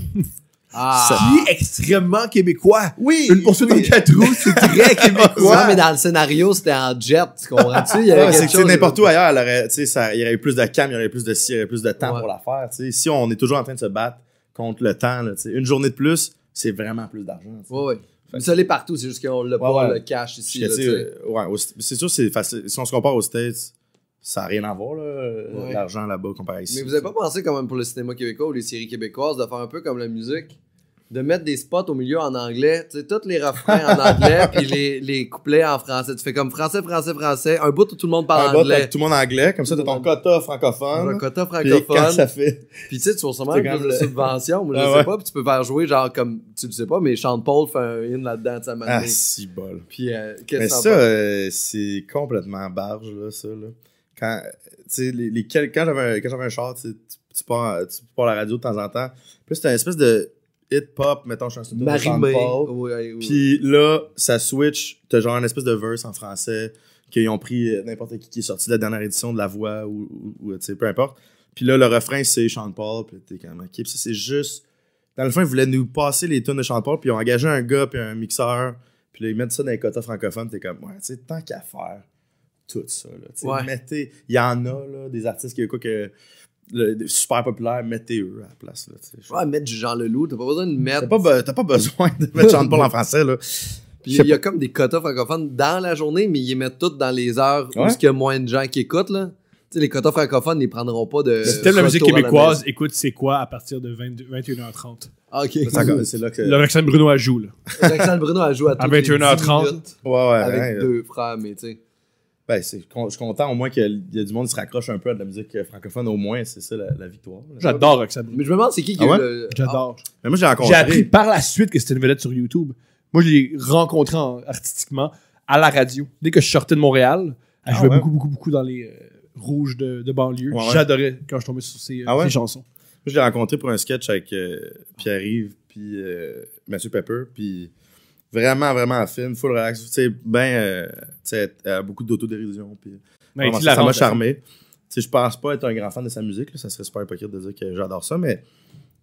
Speaker 1: Ah!
Speaker 3: Qui est extrêmement québécois.
Speaker 2: Oui!
Speaker 3: Une poursuite en quatre roues, c'est très
Speaker 1: Non,
Speaker 3: québécois.
Speaker 1: mais dans le scénario, c'était en jet, tu comprends-tu? Il y
Speaker 2: Ouais,
Speaker 1: avait
Speaker 2: c'est que
Speaker 1: quelque
Speaker 2: tu sais,
Speaker 1: chose-
Speaker 2: n'importe où ailleurs, elle aurait- tu sais, ça- il y aurait eu plus de cam, il y aurait eu plus de ci, il y aurait eu plus de temps
Speaker 1: Ouais.
Speaker 2: pour la faire. tu sais. Si on est toujours en train de se battre contre le temps, là, tu sais, une journée de plus, c'est vraiment plus d'argent. tu sais.
Speaker 1: Ouais, ouais. Mais ça l'est partout, c'est juste qu'on l'a
Speaker 2: Ouais,
Speaker 1: pas,
Speaker 2: ouais.
Speaker 1: le cash ici.
Speaker 2: Puis que,
Speaker 1: là,
Speaker 2: tu sais,
Speaker 1: tu sais.
Speaker 2: euh, ouais, au- c'est sûr, c'est facile. Si on se compare aux States, ça n'a rien à voir, là, euh,
Speaker 1: Ouais.
Speaker 2: l'argent là-bas comparé à ici.
Speaker 1: Mais vous avez pas pensé quand même pour le cinéma québécois ou les séries québécoises de faire un peu comme la musique? De mettre des spots au milieu en anglais, tu sais, tous les refrains en anglais, puis les, les couplets en français. Tu fais comme français, français, français, un bout où tout le monde
Speaker 2: Un
Speaker 1: parle
Speaker 2: bot
Speaker 1: anglais.
Speaker 2: avec tout le monde anglais, comme ça,
Speaker 1: Tout
Speaker 2: t'as
Speaker 1: le
Speaker 2: ton
Speaker 1: monde-
Speaker 2: quota francophone.
Speaker 1: Un quota
Speaker 2: Puis quand
Speaker 1: francophone.
Speaker 2: ça fait.
Speaker 1: Puis tu sais, tu vas sûrement
Speaker 2: C'est
Speaker 1: avoir
Speaker 2: quand
Speaker 1: plus de
Speaker 2: le-
Speaker 1: subventions, moi je
Speaker 2: Ah
Speaker 1: sais
Speaker 2: ouais.
Speaker 1: pas, puis tu peux faire jouer genre comme, tu le sais pas, mais Sean Paul fait un in là-dedans de sa manière.
Speaker 2: Ah, si bol.
Speaker 1: Puis euh,
Speaker 2: Mais
Speaker 1: qu'est-ce que t'en
Speaker 2: ça, euh, c'est complètement barge, là, ça, là. Quand, tu sais, les, les quel- quand j'avais un, quand j'avais un char, tu, sais, tu, tu pars, tu pars à la radio de temps en temps. Puis c'était une espèce de hip-hop, mettons, je suis un studio de Sean
Speaker 1: Marie-Mé.
Speaker 2: Paul.
Speaker 1: Ouais, ouais.
Speaker 2: Puis là, ça switch. T'as genre une espèce de verse en français qu'ils ont pris euh, n'importe qui qui est sorti de la dernière édition de La Voix ou, ou- ou, tu sais, peu importe. Puis là, le refrain, c'est Sean Paul. Puis t'es quand même OK. Puis ça, c'est juste. Dans le fond, ils voulaient nous passer les tunes de Sean Paul. Puis ils ont engagé un gars puis un mixeur. Puis là, ils mettent ça dans les quotas francophones. T'es comme, ouais, tu sais, tant qu'à faire tout ça. Là, tu sais,
Speaker 1: Ouais.
Speaker 2: mettez. Il y en a, là, des artistes qui, quoi, que, le- des super populaires, mettez eux à la place. Là, tu sais.
Speaker 1: Ouais, mettre du Jean Leloup, t'as pas besoin de
Speaker 2: T'as
Speaker 1: mettre.
Speaker 2: pas, be- t'as pas besoin de mettre Sean Paul en français, là.
Speaker 1: Puis
Speaker 2: Je sais
Speaker 1: il y a comme des quotas francophones dans la journée, mais ils les mettent toutes dans les heures où
Speaker 2: Ouais.
Speaker 1: il y a moins de gens qui écoutent, là. Tu sais, les quotas francophones, ils prendront pas de.
Speaker 3: Si t'aimes la musique
Speaker 1: Euh, retour à
Speaker 3: québécoise, écoute c'est quoi à partir de 22 21h30.
Speaker 1: maison. Ah, ok.
Speaker 2: Ça, c'est encore- C'est là que.
Speaker 3: Le Roxane Bruno à joue, là.
Speaker 1: Alexandre Bruno, elle joue à, toutes les
Speaker 3: 21h30.
Speaker 1: 10 minutes
Speaker 2: Ouais, ouais,
Speaker 1: Avec
Speaker 2: ouais.
Speaker 1: deux frères, mais tu sais.
Speaker 2: Ben, c'est- je suis content au moins qu'il y a du monde qui se raccroche un peu à de la musique euh, francophone, au moins, c'est ça la, la victoire.
Speaker 3: J'adore Roxane Bruno.
Speaker 1: Mais je me demande, c'est qui qui a
Speaker 2: Ah
Speaker 1: eu
Speaker 2: ouais?
Speaker 1: le.
Speaker 3: J'adore.
Speaker 2: Mais moi, j'ai rencontré.
Speaker 3: J'ai appris par la suite que c'était une vedette sur YouTube. Moi, je l'ai rencontré en- artistiquement à la radio. Dès que je sortais de Montréal,
Speaker 2: Ah
Speaker 3: elle jouait
Speaker 2: ouais?
Speaker 3: beaucoup, beaucoup, beaucoup dans les euh, rouges de, de banlieue.
Speaker 2: Ouais, ouais.
Speaker 3: J'adorais quand je tombais sur ces, euh,
Speaker 2: Ah ouais?
Speaker 3: ces chansons.
Speaker 2: Moi, je l'ai rencontré pour un sketch avec euh, Pierre-Yves, puis euh, Mathieu Pepper, puis vraiment, vraiment fine, full relax. Tu sais, ben, euh, tu sais, euh, beaucoup d'autodérision, puis
Speaker 3: Ouais,
Speaker 2: Vraiment,
Speaker 3: Ben,
Speaker 2: ça
Speaker 3: il
Speaker 2: ça
Speaker 3: la hein.
Speaker 2: m'a
Speaker 3: rend-
Speaker 2: charmé. Tu sais, je pense pas être un grand fan de sa musique, là, ça serait super hypocrite de dire que j'adore ça, mais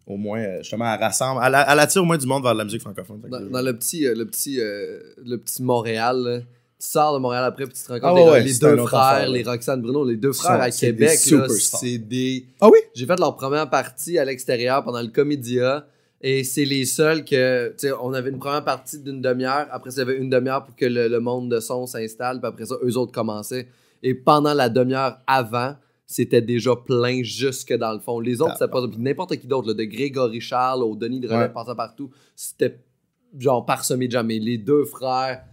Speaker 2: au moins, euh, justement, elle rassemble, elle, elle attire au moins du monde vers la musique francophone. Fait que
Speaker 1: Dans,
Speaker 2: déjà-
Speaker 1: dans le petit, euh, le petit, euh, le petit Montréal, là, tu tu sors de Montréal après, puis tu te rencontres
Speaker 2: Ah
Speaker 1: les-
Speaker 2: ouais,
Speaker 1: les
Speaker 2: c'est un
Speaker 1: deux
Speaker 2: autre
Speaker 1: frères,
Speaker 2: affaire, là.
Speaker 1: les Roxane Bruno, les deux
Speaker 2: Sont-
Speaker 1: frères à
Speaker 2: c'est des
Speaker 1: Québec, là,
Speaker 2: superstars.
Speaker 1: c'est des...
Speaker 3: Ah oui?
Speaker 1: J'ai fait leur première partie à l'extérieur pendant le Comédia, et c'est les seuls que, tu sais, on avait une première partie d'une demi-heure, après ça, il y avait une demi-heure pour que le, le monde de son s'installe, puis après ça, eux autres commençaient. Et pendant la demi-heure avant, c'était déjà plein jusque dans le fond. Les autres, c'était pas ça. Puis n'importe qui d'autre, là, de Grégory Charles au Denis de Relais,
Speaker 2: Ouais.
Speaker 1: passant partout, c'était genre parsemé de gens. Mais les deux frères,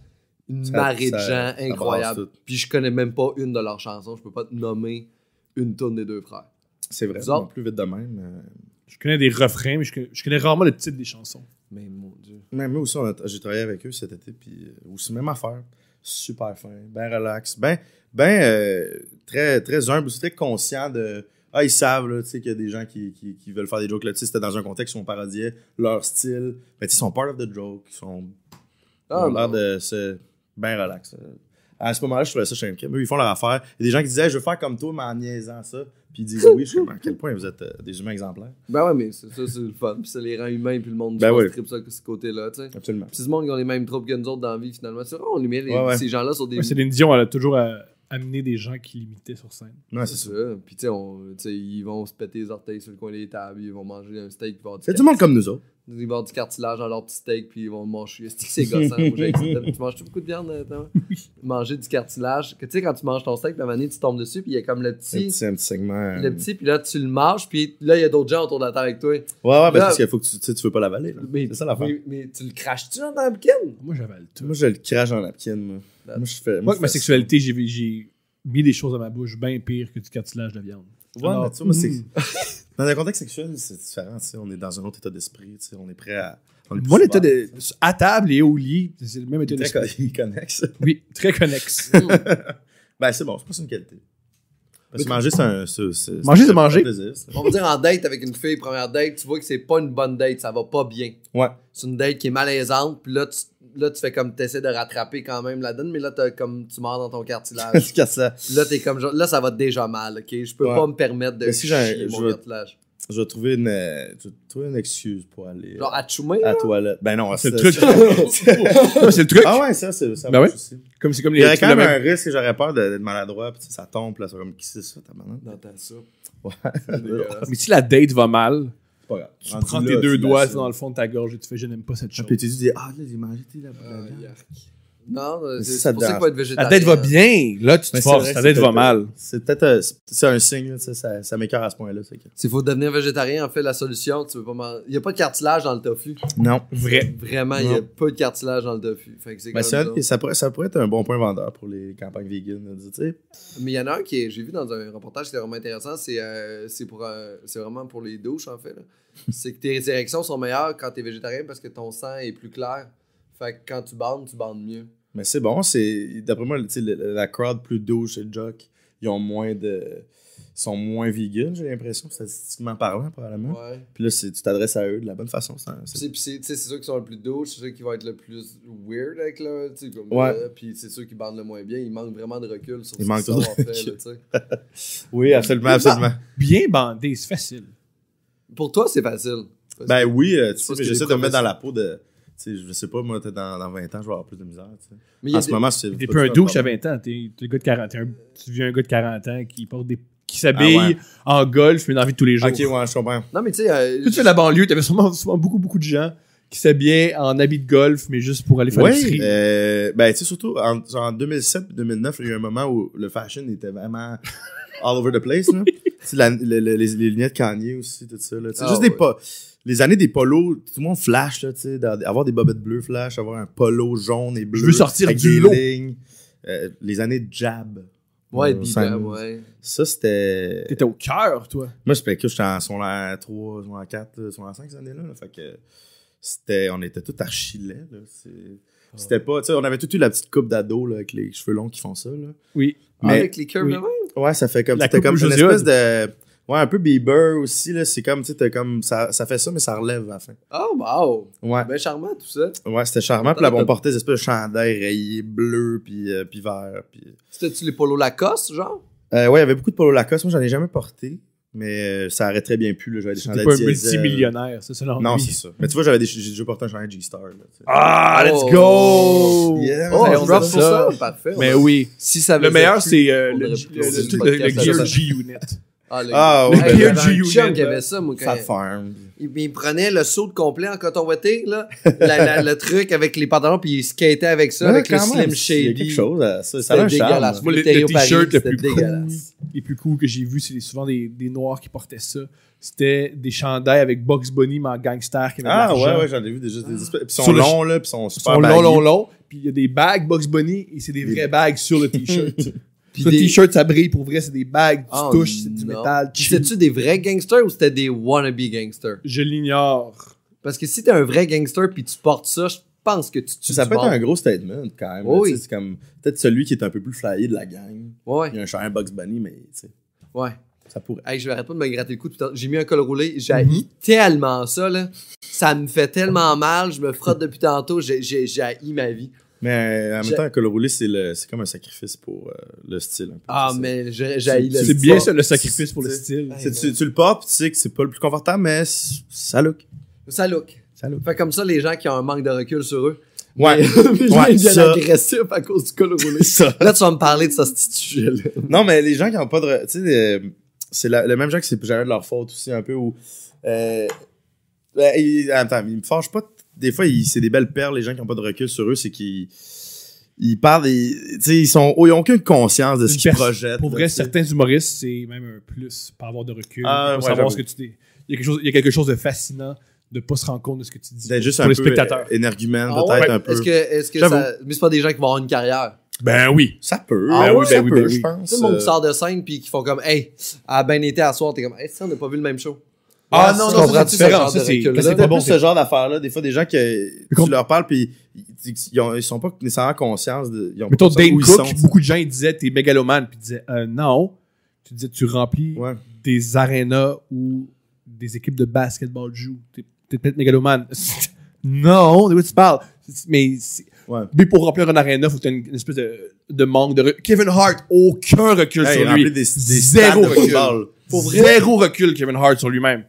Speaker 1: une
Speaker 2: Ça-
Speaker 1: marée
Speaker 2: ça-
Speaker 1: de gens
Speaker 2: ça
Speaker 1: incroyable.
Speaker 2: brasse tout.
Speaker 1: Puis je connais même pas une de leurs chansons. Je peux pas te nommer une tourne des deux frères.
Speaker 2: C'est vrai,
Speaker 1: Vous
Speaker 2: non,
Speaker 1: autres?
Speaker 2: plus vite de même. euh,
Speaker 3: Je connais des refrains, mais je connais, je connais rarement le titre des chansons.
Speaker 1: Mais mon Dieu.
Speaker 2: euh, Même moi aussi, on a- j'ai travaillé avec eux cet été, puis euh, aussi, même affaire. Super fin, ben relax, ben, ben euh, très, très humble, aussi très conscient de. Ah, ils savent, là, tu sais, qu'il y a des gens qui, qui, qui veulent faire des jokes là. Tu sais, c'était dans un contexte où on parodiait leur style. Ben, tu sais, ils sont part of the joke, ils sont
Speaker 1: Ah,
Speaker 2: Ils ont l'air de se. Ben relax. euh. À ce moment-là, je trouvais ça chez Eux, ils font leur affaire. Il y a des gens qui disaient, je veux faire comme toi, mais en niaisant ça. Puis ils disent, oui, je suis comme, à quel point vous êtes euh, des humains exemplaires.
Speaker 1: Ben ouais, mais ça, ça, c'est le fun. Puis ça les rend humains, puis le monde
Speaker 2: Ben
Speaker 1: du
Speaker 2: ouais.
Speaker 1: strip ça que ce côté-là, tu sais.
Speaker 2: Absolument.
Speaker 1: Puis c'est le monde qui ont les mêmes troubles que nous autres dans la vie, finalement. C'est vrai, on les met, les-
Speaker 2: Ouais, ouais.
Speaker 1: ces gens-là sur des
Speaker 3: Ouais, Céline Dion, elle a toujours euh, amené des gens qui l'imitaient sur scène.
Speaker 2: Non, c'est
Speaker 1: C'est
Speaker 2: ça.
Speaker 1: ça. Puis, tu sais, on- tu sais, ils vont se péter les orteils sur le coin des tables, ils vont manger un steak, ils vont avoir du,
Speaker 2: C'est du monde comme nous autres.
Speaker 1: ils vont avoir du cartilage dans leur petit steak, puis ils vont manger. C'est que c'est gossant. Moi, j'ai accepté. tu manges beaucoup de viande, euh, Thomas? Manger du cartilage. Que, tu sais, quand tu manges ton steak, la manée, tu tombes dessus, puis il y a comme le
Speaker 2: C'est un
Speaker 1: petit.
Speaker 2: petit, un petit segment. euh,
Speaker 1: Le petit, puis là, tu le manges, puis là, il y a d'autres gens autour de la table avec toi.
Speaker 2: Ouais, ouais, ben,
Speaker 1: Là-
Speaker 2: parce qu'il faut que tu, tu sais, tu veux pas l'avaler. là.
Speaker 1: Mais,
Speaker 2: C'est ça l'affaire.
Speaker 1: mais, mais tu le craches-tu dans ta napkin?
Speaker 3: Moi, j'avale tout.
Speaker 2: Moi, je le crache dans la napkin. Moi, Moi, je fais.
Speaker 3: Moi,
Speaker 2: je
Speaker 3: avec ma
Speaker 2: fais-
Speaker 3: sexualité, j'ai- j'ai mis des choses à ma bouche bien pires que du cartilage de viande.
Speaker 2: Ouais,
Speaker 3: Alors,
Speaker 2: mais tu vois, moi, c'est-
Speaker 3: mm.
Speaker 2: Dans un contexte sexuel, c'est différent. tu sais, On est dans un autre état d'esprit. tu sais, On est prêt à. on est plus
Speaker 3: Moi, l'état
Speaker 2: ouvert.
Speaker 3: de. À table et au lit, c'est le même état
Speaker 2: Il est
Speaker 3: de.
Speaker 2: Très con- connexe.
Speaker 3: Oui, très connexe.
Speaker 2: Ben, c'est bon, je pense que c'est une qualité. Parce
Speaker 1: Mais-
Speaker 2: que manger, c'est un. c'est- c'est-
Speaker 3: Manger, c'est
Speaker 2: un
Speaker 3: manger.
Speaker 2: plaisir, ça.
Speaker 1: On va dire en date avec une fille, première date, tu vois que c'est pas une bonne date, ça va pas bien.
Speaker 2: Ouais.
Speaker 1: C'est une date qui est malaisante, puis là tu, là, tu fais comme t'essaies de rattraper quand même la donne, mais là t'as comme tu mords dans ton cartilage.
Speaker 2: Parce que ça.
Speaker 1: Puis là t'es comme genre- là ça va déjà mal, ok? Je peux
Speaker 2: Ouais.
Speaker 1: pas me permettre de
Speaker 2: Mais si j'ai un-
Speaker 1: chier
Speaker 2: je
Speaker 1: mon
Speaker 2: veux-
Speaker 1: cartilage.
Speaker 2: Je vais trouver une, euh, je vais trouver une excuse pour aller
Speaker 1: Genre
Speaker 2: à
Speaker 1: à choumer,
Speaker 2: la
Speaker 1: là?
Speaker 2: toilette. Ben non,
Speaker 3: C'est le
Speaker 2: ça-
Speaker 3: truc. Non, c'est le truc.
Speaker 2: Ah ouais, ça, c'est ça.
Speaker 3: Ben
Speaker 2: marche
Speaker 3: ouais.
Speaker 2: aussi.
Speaker 3: Comme c'est comme
Speaker 2: Il
Speaker 3: les.
Speaker 2: y aurait quand
Speaker 3: le
Speaker 2: même
Speaker 3: même-
Speaker 2: un risque et j'aurais peur de- d'être maladroit, puis tu sais, ça tombe, là, c'est comme qui c'est ça, ta banane?
Speaker 1: dans ta soupe.
Speaker 2: Ouais.
Speaker 1: C'est dégueulasse.
Speaker 3: Mais si la date va mal,
Speaker 2: C'est pas grave.
Speaker 3: tu
Speaker 2: Rendu
Speaker 3: prends
Speaker 2: là,
Speaker 3: tes deux
Speaker 2: tu
Speaker 3: doigts
Speaker 2: l'assumes.
Speaker 3: dans le fond de ta gorge et tu fais je n'aime pas cette
Speaker 2: Ah,
Speaker 3: chose.
Speaker 2: Puis tu dis, ah là, j'ai mangé, tu sais, la
Speaker 1: Ah,
Speaker 2: banane.
Speaker 1: yark. Non, euh,
Speaker 2: si
Speaker 1: c'est c'est
Speaker 2: ça
Speaker 1: pour ça
Speaker 2: te
Speaker 1: qu'il
Speaker 2: dérange.
Speaker 1: faut être végétarien. hein.
Speaker 3: La date va bien, là tu te
Speaker 2: Mais c'est
Speaker 3: forces.
Speaker 2: vrai,
Speaker 3: La date
Speaker 2: c'est
Speaker 3: va
Speaker 2: peut-être-
Speaker 3: mal.
Speaker 2: C'est peut-être un, c'est un signe, là, tu sais, ça, ça m'écœure à ce point-là. c'est que-
Speaker 1: S'il faut devenir végétarien, en fait, la solution, tu peux pas man- Il y a pas de cartilage dans le tofu.
Speaker 2: Non.
Speaker 3: Vrai.
Speaker 1: Vraiment, il y a peu de cartilage dans le tofu. Fait que c'est
Speaker 2: Mais
Speaker 1: comme
Speaker 2: c'est un-
Speaker 1: ça.
Speaker 2: ça, pourrait, ça pourrait être un bon point vendeur pour les campagnes véganes. là, de dire, Tu sais,
Speaker 1: Mais il y en a un que j'ai vu dans un reportage, c'était vraiment intéressant. C'est euh, c'est pour, euh, c'est vraiment pour les douches, en fait. là. C'est que tes érections sont meilleures quand t'es végétarien parce que ton sang est plus clair. Fait que quand tu bandes, tu bandes mieux.
Speaker 2: Mais c'est bon, c'est d'après moi, tu sais, le- la crowd plus douce chez Jock, ils ont moins de ils sont moins vegan, j'ai l'impression, statistiquement parlant, probablement.
Speaker 1: Ouais.
Speaker 2: Puis là, c'est- tu t'adresses à eux de la bonne façon. c'est un-
Speaker 1: Puis
Speaker 2: c'est-
Speaker 1: c'est- puis c'est tu sais, c'est ceux qui sont le plus douches, c'est ceux qui vont être le plus weird avec le. tu sais, Comme,
Speaker 2: Ouais.
Speaker 1: euh, puis c'est ceux qui bandent le moins bien. Il manque vraiment de recul sur
Speaker 2: Il
Speaker 1: ce
Speaker 2: manque
Speaker 1: qu'ils
Speaker 2: trop
Speaker 1: sont,
Speaker 2: de
Speaker 1: en fait, là, tu sais.
Speaker 2: Oui, absolument,
Speaker 3: Bah,
Speaker 2: absolument.
Speaker 3: Bien bandé, c'est facile.
Speaker 1: Pour toi, c'est facile.
Speaker 2: Ben oui, euh, tu
Speaker 1: Je
Speaker 2: sais,
Speaker 1: pense
Speaker 2: mais
Speaker 1: que
Speaker 2: j'essaie
Speaker 1: les
Speaker 2: de me mettre dans
Speaker 1: professeurs-
Speaker 2: la peau de. tu sais, Je sais pas, moi, t'es dans, dans 20 ans, je vais avoir plus de misère. tu sais.
Speaker 1: Mais il y a
Speaker 2: En ce
Speaker 1: des-
Speaker 2: moment, c'est.
Speaker 3: T'es
Speaker 2: pas
Speaker 3: plus un
Speaker 2: du tout
Speaker 3: douche à
Speaker 2: problème.
Speaker 3: 20 ans. T'es t'es le gars de 40 un- Tu deviens un gars de 40 ans qui porte des. qui s'habille
Speaker 2: Ah ouais.
Speaker 3: en golf, mais dans la vie de tous les jours.
Speaker 2: Ok, ouais, je comprends.
Speaker 1: Non, mais tu sais. euh,
Speaker 3: Tout fait la banlieue, t'avais sûrement, sûrement beaucoup, beaucoup de gens qui s'habillaient en habits de golf, mais juste pour aller faire du
Speaker 2: Oui,
Speaker 3: tri.
Speaker 2: euh, ben tu sais, surtout en, en 2007-2009, il y a eu un moment où le fashion était vraiment all over the place. Là. Tu sais, la- le- le- les, les lunettes Kanye aussi, tout ça. là. Tu sais,
Speaker 1: Ah,
Speaker 2: juste des
Speaker 1: ouais.
Speaker 2: po- les années des polos, tout le monde flash, là, tu sais, d'a- avoir des bobettes bleues flash, avoir un polo jaune et bleu.
Speaker 3: veux sortir
Speaker 2: avec
Speaker 3: du
Speaker 2: des
Speaker 3: lot.
Speaker 2: lignes. Euh, les années de jab.
Speaker 1: Ouais,
Speaker 2: Euh,
Speaker 1: Bieber,
Speaker 2: cinq-
Speaker 1: ouais.
Speaker 2: Ça, c'était.
Speaker 3: T'étais au cœur, toi.
Speaker 2: Moi, je que j'étais en secondaire 3, secondaire 4, secondaire 5 ces années-là. là. Fait que c'était, on était tous archi laids, là. C'est-
Speaker 3: Ah.
Speaker 2: C'était pas, tu sais, on avait tout eu la petite coupe d'ado, là, avec les cheveux longs qui font ça, là.
Speaker 3: Oui.
Speaker 2: Mais-
Speaker 1: Ah, Avec les curves
Speaker 3: oui.
Speaker 1: de même.
Speaker 2: Ouais, ça fait comme,
Speaker 3: La
Speaker 2: c'était
Speaker 3: coupe
Speaker 2: comme une
Speaker 3: José
Speaker 2: espèce de, ouais, un peu Bieber aussi, là. C'est comme, tu sais, t'as comme, ça, ça fait ça, mais ça relève à la fin.
Speaker 1: Oh, wow.
Speaker 2: Ouais.
Speaker 1: Ben charmant, tout ça.
Speaker 2: Ouais, c'était charmant. Puis là, on portait des espèces de chandails rayés bleus, puis, euh, puis verts, puis...
Speaker 1: C'était-tu les polos Lacoste, genre?
Speaker 2: Euh, ouais, il y avait beaucoup de polo Lacoste. Moi, j'en ai jamais porté. Mais euh, ça aurait très bien pu. là, J'avais des
Speaker 3: C'était
Speaker 2: chandails
Speaker 3: pas un
Speaker 2: diesel.
Speaker 3: multimillionnaire, ça, selon
Speaker 2: euh, Non,
Speaker 3: lui.
Speaker 2: c'est ça. Mais tu vois, j'avais des- j'ai déjà porté un chandail G-Star. là, tu sais.
Speaker 3: Ah, let's
Speaker 1: Oh!
Speaker 3: go!
Speaker 2: Yeah,
Speaker 1: Oh,
Speaker 2: mais
Speaker 1: on
Speaker 2: on
Speaker 1: drop
Speaker 2: dirait
Speaker 1: pour ça. Parfait.
Speaker 3: Mais oui.
Speaker 1: Si ça
Speaker 3: Le
Speaker 1: avait
Speaker 3: meilleur,
Speaker 1: pu-
Speaker 3: c'est euh,
Speaker 1: on
Speaker 3: le,
Speaker 1: aurait
Speaker 3: le,
Speaker 1: pu-
Speaker 3: le-
Speaker 1: c'est
Speaker 3: le-
Speaker 1: le
Speaker 3: le- le
Speaker 1: podcast,
Speaker 3: Gear
Speaker 1: ça.
Speaker 3: G-Unit.
Speaker 1: Ah, le-
Speaker 2: Ah, ouais,
Speaker 1: Hey,
Speaker 2: ben,
Speaker 1: il y avait un
Speaker 3: G-Unit,
Speaker 1: chum qui
Speaker 3: là.
Speaker 1: avait ça, moi, quand
Speaker 2: Fat Farm.
Speaker 1: il, il prenait le saut de complet en coton ouaté, là, la- la- le truc avec les pantalons, puis il skatait avec ça,
Speaker 2: Ouais,
Speaker 1: avec le
Speaker 2: quand même,
Speaker 1: Slim
Speaker 2: Il y a
Speaker 1: Shady.
Speaker 2: quelque chose à ça. Ça a
Speaker 1: C'était
Speaker 2: un charme.
Speaker 1: dégueulasse.
Speaker 3: Moi, le,
Speaker 1: Le
Speaker 3: le
Speaker 1: Théo Paris,
Speaker 3: t-shirt le
Speaker 1: c'était
Speaker 3: plus cool,
Speaker 1: dégueulasse.
Speaker 3: les plus cool que j'ai vu, c'est souvent des, des noirs qui portaient ça. C'était des chandails avec Box Bunny, mais en gangster. Qui avait de
Speaker 2: Ah
Speaker 3: l'argent.
Speaker 2: ouais, ouais, j'en ai vu déjà
Speaker 1: Ah.
Speaker 2: des espèces. Puis ils sont
Speaker 3: Sur le
Speaker 2: longs, là, puis ils sont super
Speaker 3: Ils sont longs,
Speaker 2: baggy.
Speaker 3: longs, longs. Puis il y a des bagues Box Bunny et c'est des
Speaker 2: Des-
Speaker 3: vraies bagues sur le t-shirt.
Speaker 1: Puis
Speaker 3: Ce
Speaker 1: des-
Speaker 3: t-shirt, ça brille pour vrai. C'est des bagues, tu
Speaker 1: Oh,
Speaker 3: touches, c'est du
Speaker 1: non.
Speaker 3: métal.
Speaker 1: Puis
Speaker 3: cheap.
Speaker 1: C'était-tu des vrais gangsters ou c'était des wannabe gangsters?
Speaker 3: Je l'ignore.
Speaker 1: Parce que si t'es un vrai gangster puis tu portes ça, je pense que tu tues
Speaker 2: Ça
Speaker 1: du
Speaker 2: peut être
Speaker 1: monde.
Speaker 2: un gros statement quand même. là,
Speaker 1: Oui.
Speaker 2: tu sais, C'est comme peut-être celui qui est un peu plus flyé de la gang.
Speaker 1: Ouais,
Speaker 2: Il y a un chien Bugs Bunny, mais tu sais,
Speaker 1: ouais.
Speaker 2: ça pourrait.
Speaker 1: Hey, je vais arrêter pas de me gratter le cou. tout le temps. J'ai mis un col roulé. J'ai
Speaker 2: Mhm.
Speaker 1: tellement ça, là. Ça me fait tellement mal. Je me frotte depuis tantôt. J'ai- J'ai j'ai haï ma vie.
Speaker 2: Mais euh, en
Speaker 1: Je-
Speaker 2: même temps, un col roulé, c'est le- c'est comme un sacrifice pour euh, le style. un peu,
Speaker 1: Ah,
Speaker 2: c'est ça.
Speaker 1: mais j'ai j'ai haï le
Speaker 3: C'est bien
Speaker 1: sport.
Speaker 3: ça, le sacrifice pour le
Speaker 2: C'est-
Speaker 3: style.
Speaker 2: Tu, sais, tu- tu le portes, puis tu sais que c'est pas le plus confortable, mais c- ça look.
Speaker 1: Ça look.
Speaker 2: Ça look.
Speaker 1: Fait comme ça, les gens qui ont un manque de recul sur eux.
Speaker 2: Ouais,
Speaker 1: Ils
Speaker 2: ouais,
Speaker 1: deviennent
Speaker 2: ça.
Speaker 1: agressifs à cause du col roulé.
Speaker 2: ça.
Speaker 1: Là, tu vas me parler de ça, ce petit sujet-là.
Speaker 2: Non, mais les gens qui ont pas de. re- Tu sais, euh, c'est la- le même genre que c'est jamais de leur faute aussi, un peu où. Euh, ben, ils- attends, ils me fâchent pas. t- Des fois, ils- c'est des belles perles, les gens qui ont pas de recul sur eux, c'est qu'ils. Ils parlent, des- tu sais, ils sont. Ils ont aucune conscience de ce
Speaker 3: Une
Speaker 2: qu'ils
Speaker 3: pers-
Speaker 2: projettent.
Speaker 3: Pour
Speaker 2: là,
Speaker 3: vrai,
Speaker 2: tu sais.
Speaker 3: certains humoristes, c'est même un plus, pas avoir de recul,
Speaker 2: Ah,
Speaker 3: pas
Speaker 2: ouais, j'avoue.
Speaker 3: savoir ce que tu dis. Il y, a quelque chose, il y a quelque chose de fascinant de pas se rendre compte de ce que tu dis.
Speaker 2: D'être juste
Speaker 3: pour
Speaker 2: un
Speaker 3: les
Speaker 2: peu
Speaker 3: spectateurs.
Speaker 2: é- énergumène,
Speaker 1: Ah
Speaker 2: peut-être
Speaker 1: ouais?
Speaker 2: un peu.
Speaker 1: Est-ce que, est-ce que
Speaker 2: J'avoue.
Speaker 1: ça. Mais c'est pas des gens qui vont avoir une carrière.
Speaker 3: Ben oui.
Speaker 2: Ça peut.
Speaker 1: Ah
Speaker 2: ben
Speaker 1: ouais?
Speaker 2: oui, ben
Speaker 3: Ça
Speaker 2: oui,
Speaker 3: peut,
Speaker 2: ben oui.
Speaker 3: oui.
Speaker 2: Je pense.
Speaker 1: Tu sais, le monde
Speaker 2: euh,
Speaker 1: qui sort de scène puis qui font comme, hey, à ben été à soir, t'es comme, hey, ça, on n'a pas vu le même show.
Speaker 2: Ah,
Speaker 1: Ouais,
Speaker 2: non,
Speaker 1: tu
Speaker 2: non, ça,
Speaker 1: comprends-tu
Speaker 2: c'est
Speaker 1: ce
Speaker 2: différent,
Speaker 1: genre
Speaker 3: ça,
Speaker 1: de
Speaker 3: c'est-
Speaker 1: recul-là?
Speaker 3: ça,
Speaker 2: C'est
Speaker 3: pas bon,
Speaker 2: plus ce
Speaker 3: c'est-
Speaker 2: genre d'affaire-là. Des fois, des gens que tu
Speaker 3: Comme-
Speaker 2: leur parles, puis ils, ils ont- ils sont pas nécessairement conscients de. Ils ont pas
Speaker 3: Mettons,
Speaker 2: conscience
Speaker 3: Dane
Speaker 2: où ils
Speaker 3: Cook,
Speaker 2: sont,
Speaker 3: beaucoup de gens ils disaient t'es mégalomane, puis ils disaient euh, non. Tu disais tu remplis
Speaker 2: Ouais.
Speaker 3: des arénas où des équipes de basketball jouent. T'es t'es peut-être mégalomane. non, de quoi tu parles? Mais, c'est-
Speaker 2: Ouais.
Speaker 3: mais pour remplir un aréna, faut que t'aies une, une espèce de, de manque de recul. Kevin Hart, aucun recul
Speaker 2: Hey, il
Speaker 3: sur
Speaker 2: remplit
Speaker 3: lui.
Speaker 2: des- des stades
Speaker 3: Zéro
Speaker 2: de
Speaker 3: recul.
Speaker 2: football.
Speaker 3: Pour Zéro recul, Kevin Hart, sur lui-même.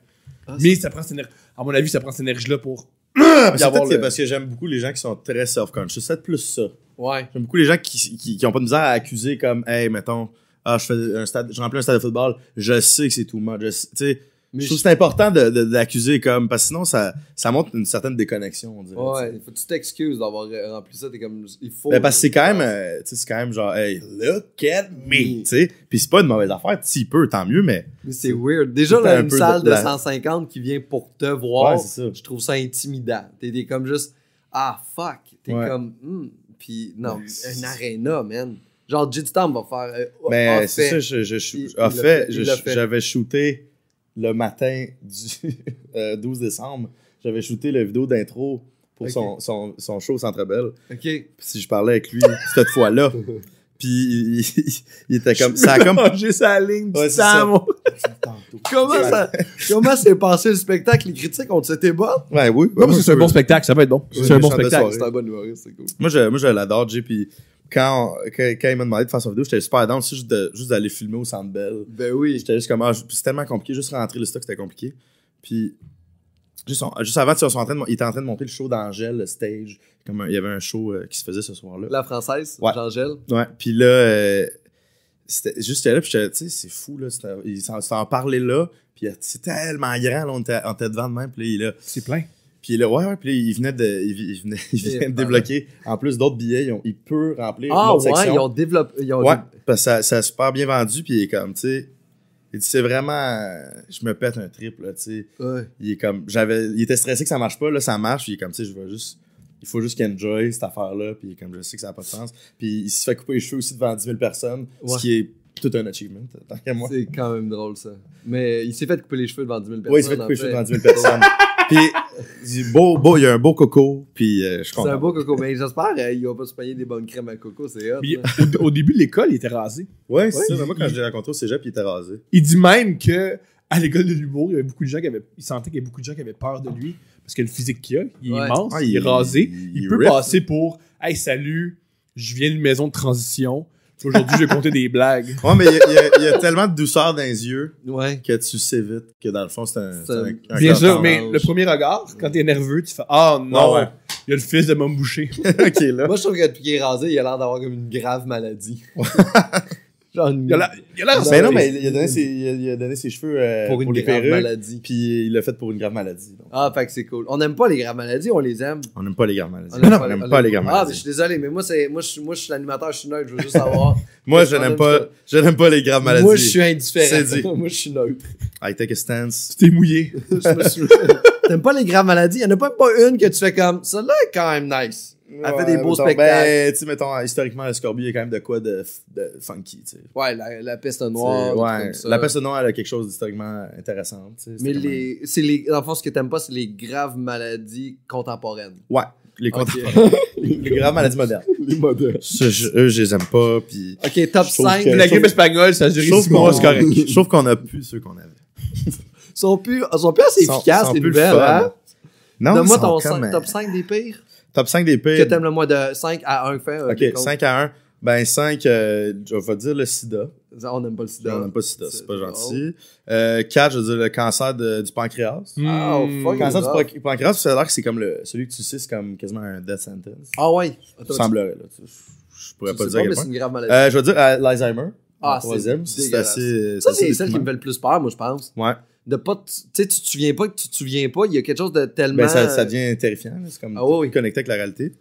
Speaker 1: Ah,
Speaker 3: mais ça prend cette énergie. À mon avis, ça prend cette énergie-là pour.
Speaker 2: Mais
Speaker 3: d'avoir
Speaker 2: c'est peut-être
Speaker 3: le-
Speaker 2: que parce que j'aime beaucoup les gens qui sont très self-conscious. C'est peut-être plus ça.
Speaker 1: Ouais.
Speaker 2: J'aime beaucoup les gens qui, qui, qui ont pas de misère à accuser comme, hey, mettons, ah, je fais un stade, je remplis un stade de football, je sais que c'est tout much. Je, sais- tu sais,
Speaker 1: Mais
Speaker 2: je
Speaker 1: je-
Speaker 2: trouve que c'est important de- de- d'accuser comme, parce que sinon, ça, ça montre une certaine déconnexion, on dirait. tu
Speaker 1: Ouais,
Speaker 2: sais.
Speaker 1: faut que tu t'excuses d'avoir euh, rempli ça, t'es comme, il faut.
Speaker 2: Ben, parce que c'est quand même, euh, tu sais, c'est quand même genre, hey, look at me, tu sais. Puis c'est pas une mauvaise affaire, si peu, tant mieux, mais
Speaker 1: Mais c'est weird. Déjà,
Speaker 2: c'est
Speaker 1: là,
Speaker 2: un
Speaker 1: une
Speaker 2: peu
Speaker 1: salle de,
Speaker 2: de la-
Speaker 1: 150 qui vient pour te voir,
Speaker 2: Ouais, c'est ça.
Speaker 1: je trouve ça intimidant. T'es t'es comme juste, ah fuck. T'es
Speaker 2: Ouais.
Speaker 1: comme, hmm. Puis non,
Speaker 2: Ouais, c'est-
Speaker 1: un aréna, man. Genre, Jid Storm va faire. euh,
Speaker 2: Mais
Speaker 1: a
Speaker 2: c'est
Speaker 1: fait.
Speaker 2: ça, je, je, je-
Speaker 1: Il- il
Speaker 2: a
Speaker 1: l'a fait,
Speaker 2: fait,
Speaker 1: il
Speaker 2: je-
Speaker 1: l'a fait.
Speaker 2: j'avais shooté le matin du euh, 12 décembre. J'avais shooté la vidéo d'intro pour
Speaker 1: Ok.
Speaker 2: son, son, son show au Centre Bell.
Speaker 1: Ok.
Speaker 2: Puis si je parlais avec lui cette fois-là, puis il, il- il était comme. Ça a comme.
Speaker 3: J'ai sa ligne du
Speaker 2: Ouais, c'est
Speaker 3: temps,
Speaker 2: ça.
Speaker 3: moi.
Speaker 1: Comment ça. Comment s'est passé le spectacle? Les critiques ont été bonnes?
Speaker 2: Ouais, oui.
Speaker 3: Non, parce
Speaker 2: oui,
Speaker 3: que c'est un
Speaker 2: oui.
Speaker 3: bon spectacle, ça va être bon.
Speaker 2: Oui,
Speaker 3: C'est un bon
Speaker 2: méchant de
Speaker 3: spectacle.
Speaker 2: soirée.
Speaker 1: C'est un bon humoriste, c'est cool.
Speaker 2: Moi, je, moi, je l'adore, Jay. Puis quand, quand, quand il m'a demandé de faire sa vidéo, j'étais super down, tu sais, juste de- juste d'aller filmer au Centre Bell.
Speaker 1: Ben oui.
Speaker 2: J'étais juste comme, ah, c'est tellement compliqué, juste rentrer le stock, c'était compliqué. Puis, juste, on- juste avant, tu sais, on s'est en train de mon- il était en train de monter le show d'Angèle, le stage. Comme un- il y avait un show euh, qui se faisait ce soir-là.
Speaker 1: La française,
Speaker 2: Ouais.
Speaker 1: Jean-Gel.
Speaker 2: Ouais, puis là, euh, c'était juste j'étais là, puis j'étais, tu sais, c'est fou, là. c'était- Ils s'en ils s'en parlaient là, puis euh, c'est tellement grand, là, on était, on était devant de même, puis là, il- là,
Speaker 3: C'est plein.
Speaker 2: puis là, ouais, ouais, puis là, il venait de, il, vi- il venait, il
Speaker 1: Et
Speaker 2: venait de
Speaker 1: voilà.
Speaker 2: débloquer, en plus d'autres billets, ils, ont, ils peuvent remplir une
Speaker 1: Ah
Speaker 2: autre
Speaker 1: ouais,
Speaker 2: section.
Speaker 1: ils ont développé. Ils ont
Speaker 2: Ouais, Ah, parce que ça, ça a super bien vendu, puis il est comme, tu sais, il dit, c'est vraiment, euh, je me pète un trip, là, tu sais.
Speaker 1: Ouais.
Speaker 2: Il est comme, j'avais, il était stressé que ça marche pas, là, ça marche, puis il est comme, tu sais, je veux juste, il faut juste qu'il enjoy cette affaire-là, puis il est comme, je sais que ça n'a pas de sens. Puis il se fait couper les cheveux aussi devant 10 000 personnes,
Speaker 1: Ouais.
Speaker 2: ce qui est tout un achievement, tant qu'à moi.
Speaker 1: C'est quand même drôle, ça. Mais il s'est fait couper les cheveux devant 10 000 personnes.
Speaker 2: Oui, il se fait couper
Speaker 1: en
Speaker 2: les cheveux
Speaker 1: fait.
Speaker 2: devant 10 000 personnes. puis, il dit, beau, beau, il y a un beau coco, puis euh, je suis
Speaker 1: C'est un
Speaker 2: content.
Speaker 1: beau coco. Mais j'espère euh, il va pas se payer des bonnes crèmes à coco, c'est hot.
Speaker 3: Puis,
Speaker 1: là.
Speaker 3: au, au début de l'école, il était rasé.
Speaker 2: Ouais, c'est
Speaker 3: Ouais,
Speaker 2: ça,
Speaker 3: il-
Speaker 2: mais moi, quand je l'ai rencontré au cégep, il était rasé.
Speaker 3: Il dit même que à l'école de l'humour, il y avait beaucoup de gens qui avaient. Il sentait qu'il y avait beaucoup de gens qui avaient peur de lui. Parce que le physique qu'il a, il est
Speaker 1: Ouais.
Speaker 3: immense,
Speaker 2: Ah,
Speaker 3: Oh, il,
Speaker 2: il-
Speaker 3: est rasé.
Speaker 2: il-
Speaker 3: Il,
Speaker 2: il
Speaker 3: peut
Speaker 2: rip.
Speaker 3: passer pour Hey, salut, je viens d'une maison de transition. Aujourd'hui, j'ai compté des blagues.
Speaker 2: Ouais, mais il y a- il y, a- il y a tellement de douceur dans les yeux
Speaker 1: Ouais.
Speaker 2: que tu sais vite que dans le fond, c'est un.
Speaker 1: C'est-
Speaker 2: c'est un- un
Speaker 3: Bien
Speaker 2: grand
Speaker 3: sûr, mais
Speaker 2: tendance.
Speaker 3: le premier regard, quand t'es nerveux, tu fais Ah non,
Speaker 2: Ouais, ouais.
Speaker 3: il y a le fils de Mom Boucher.
Speaker 2: ok, là.
Speaker 1: Moi, je trouve que depuis qu'il est rasé, il a l'air d'avoir comme une grave maladie. Genre une...
Speaker 3: Il a l'air- il a l'air.
Speaker 2: Mais Ben non, mais il a donné ses, il a- il a donné ses cheveux euh,
Speaker 1: pour une
Speaker 2: les
Speaker 1: grave
Speaker 2: perruques,
Speaker 1: maladie.
Speaker 2: puis il l'a fait pour une grave maladie. donc.
Speaker 1: Ah, fait que c'est cool. On n'aime pas les graves maladies, on les aime.
Speaker 2: On n'aime pas les graves maladies.
Speaker 1: On
Speaker 2: Non,
Speaker 1: aime
Speaker 2: on n'aime pas les graves
Speaker 1: Ah, mais je
Speaker 2: maladies.
Speaker 1: suis désolé, mais moi, c'est, moi, je, suis- moi, je suis l'animateur, je suis neutre, je veux juste savoir.
Speaker 2: Moi, je
Speaker 1: on
Speaker 2: n'aime
Speaker 1: aime
Speaker 2: pas,
Speaker 1: ça.
Speaker 2: je n'aime pas les graves maladies.
Speaker 1: moi, je suis indifférent.
Speaker 2: C'est dit.
Speaker 1: moi, je suis neutre.
Speaker 2: I take a stance.
Speaker 3: Tu t'es mouillé.
Speaker 1: Je me suis- T'aimes pas les graves maladies? Il n'y en a pas, pas une que tu fais comme. Celle-là est quand même nice. Elle fait des beaux
Speaker 2: mettons,
Speaker 1: spectacles.
Speaker 2: Ben, tu sais, mettons, historiquement, le scorbut, il y a quand même de quoi de, de funky, tu sais.
Speaker 1: Ouais, la, la peste
Speaker 2: C'est-
Speaker 1: noire.
Speaker 2: ouais,
Speaker 1: comme ça.
Speaker 2: la personne noire, elle a quelque chose d'historiquement intéressant. tu sais, c'est
Speaker 1: Mais
Speaker 2: quand même-
Speaker 1: les, c'est les, dans le fond, ce que t'aimes pas, c'est les graves maladies contemporaines.
Speaker 2: Ouais, les contemporains. les, les graves maladies modernes.
Speaker 1: Les modèles.
Speaker 2: Ça, je- eux, je les aime pas. Puis...
Speaker 1: Ok, top
Speaker 2: Je trouve
Speaker 1: 5.
Speaker 2: que-
Speaker 1: Ils
Speaker 2: La grippe
Speaker 3: espagnole, ça
Speaker 2: Je trouve qu'on c'est correct. Je trouve qu'on a plus ceux qu'on avait.
Speaker 1: sont plus, ils sont plus assez
Speaker 2: Ils sont- ils
Speaker 1: efficaces,
Speaker 2: sont
Speaker 1: les
Speaker 2: plus le
Speaker 1: nouvelles,
Speaker 2: fun.
Speaker 1: hein?
Speaker 2: Non,
Speaker 1: Donne-moi
Speaker 2: ils sont
Speaker 1: ton
Speaker 2: comme,
Speaker 1: cinq-
Speaker 2: euh,
Speaker 1: top 5 des pires.
Speaker 2: top 5 des
Speaker 1: Que
Speaker 2: pires.
Speaker 1: t'aimes le moins de 5 à 1 fait. euh,
Speaker 2: Ok,
Speaker 1: des comptes.
Speaker 2: 5 à 1. Ben, 5, je vais dire le sida.
Speaker 1: On n'aime pas le sida.
Speaker 2: on n'aime pas le sida, c'est pas
Speaker 1: C'est-
Speaker 2: gentil. 4, je vais dire le cancer de- du pancréas.
Speaker 3: Hmm.
Speaker 1: Ah, oh, fuck.
Speaker 2: Le
Speaker 1: Quand-
Speaker 2: cancer du
Speaker 1: grave.
Speaker 2: pan- pancréas, ça a l'air que c'est comme le, celui que tu sais, c'est comme quasiment un death sentence.
Speaker 1: Ah ouais. Attends,
Speaker 2: Il semblerait, là. tu- Je pourrais
Speaker 1: tu
Speaker 2: pas
Speaker 1: sais
Speaker 2: dire à
Speaker 1: mais
Speaker 2: quel
Speaker 1: c'est
Speaker 2: point.
Speaker 1: une grave maladie.
Speaker 2: Euh, je vais dire euh, l'Alzheimer.
Speaker 1: Ah,
Speaker 2: le
Speaker 1: c'est
Speaker 2: troisième. C'est
Speaker 1: dégueulasse.
Speaker 2: assez.
Speaker 1: ça,
Speaker 2: assez
Speaker 1: c'est celle qui me
Speaker 2: déprimant.
Speaker 1: fait le plus peur, moi, je pense.
Speaker 2: Ouais.
Speaker 1: De pas. te- Tu sais, tu te souviens pas que tu te souviens pas. Il y a quelque chose de tellement.
Speaker 2: Ben, ça,
Speaker 3: euh,
Speaker 2: ça devient terrifiant. là. C'est comme
Speaker 1: Ah oui, oui.
Speaker 2: connecté avec la réalité.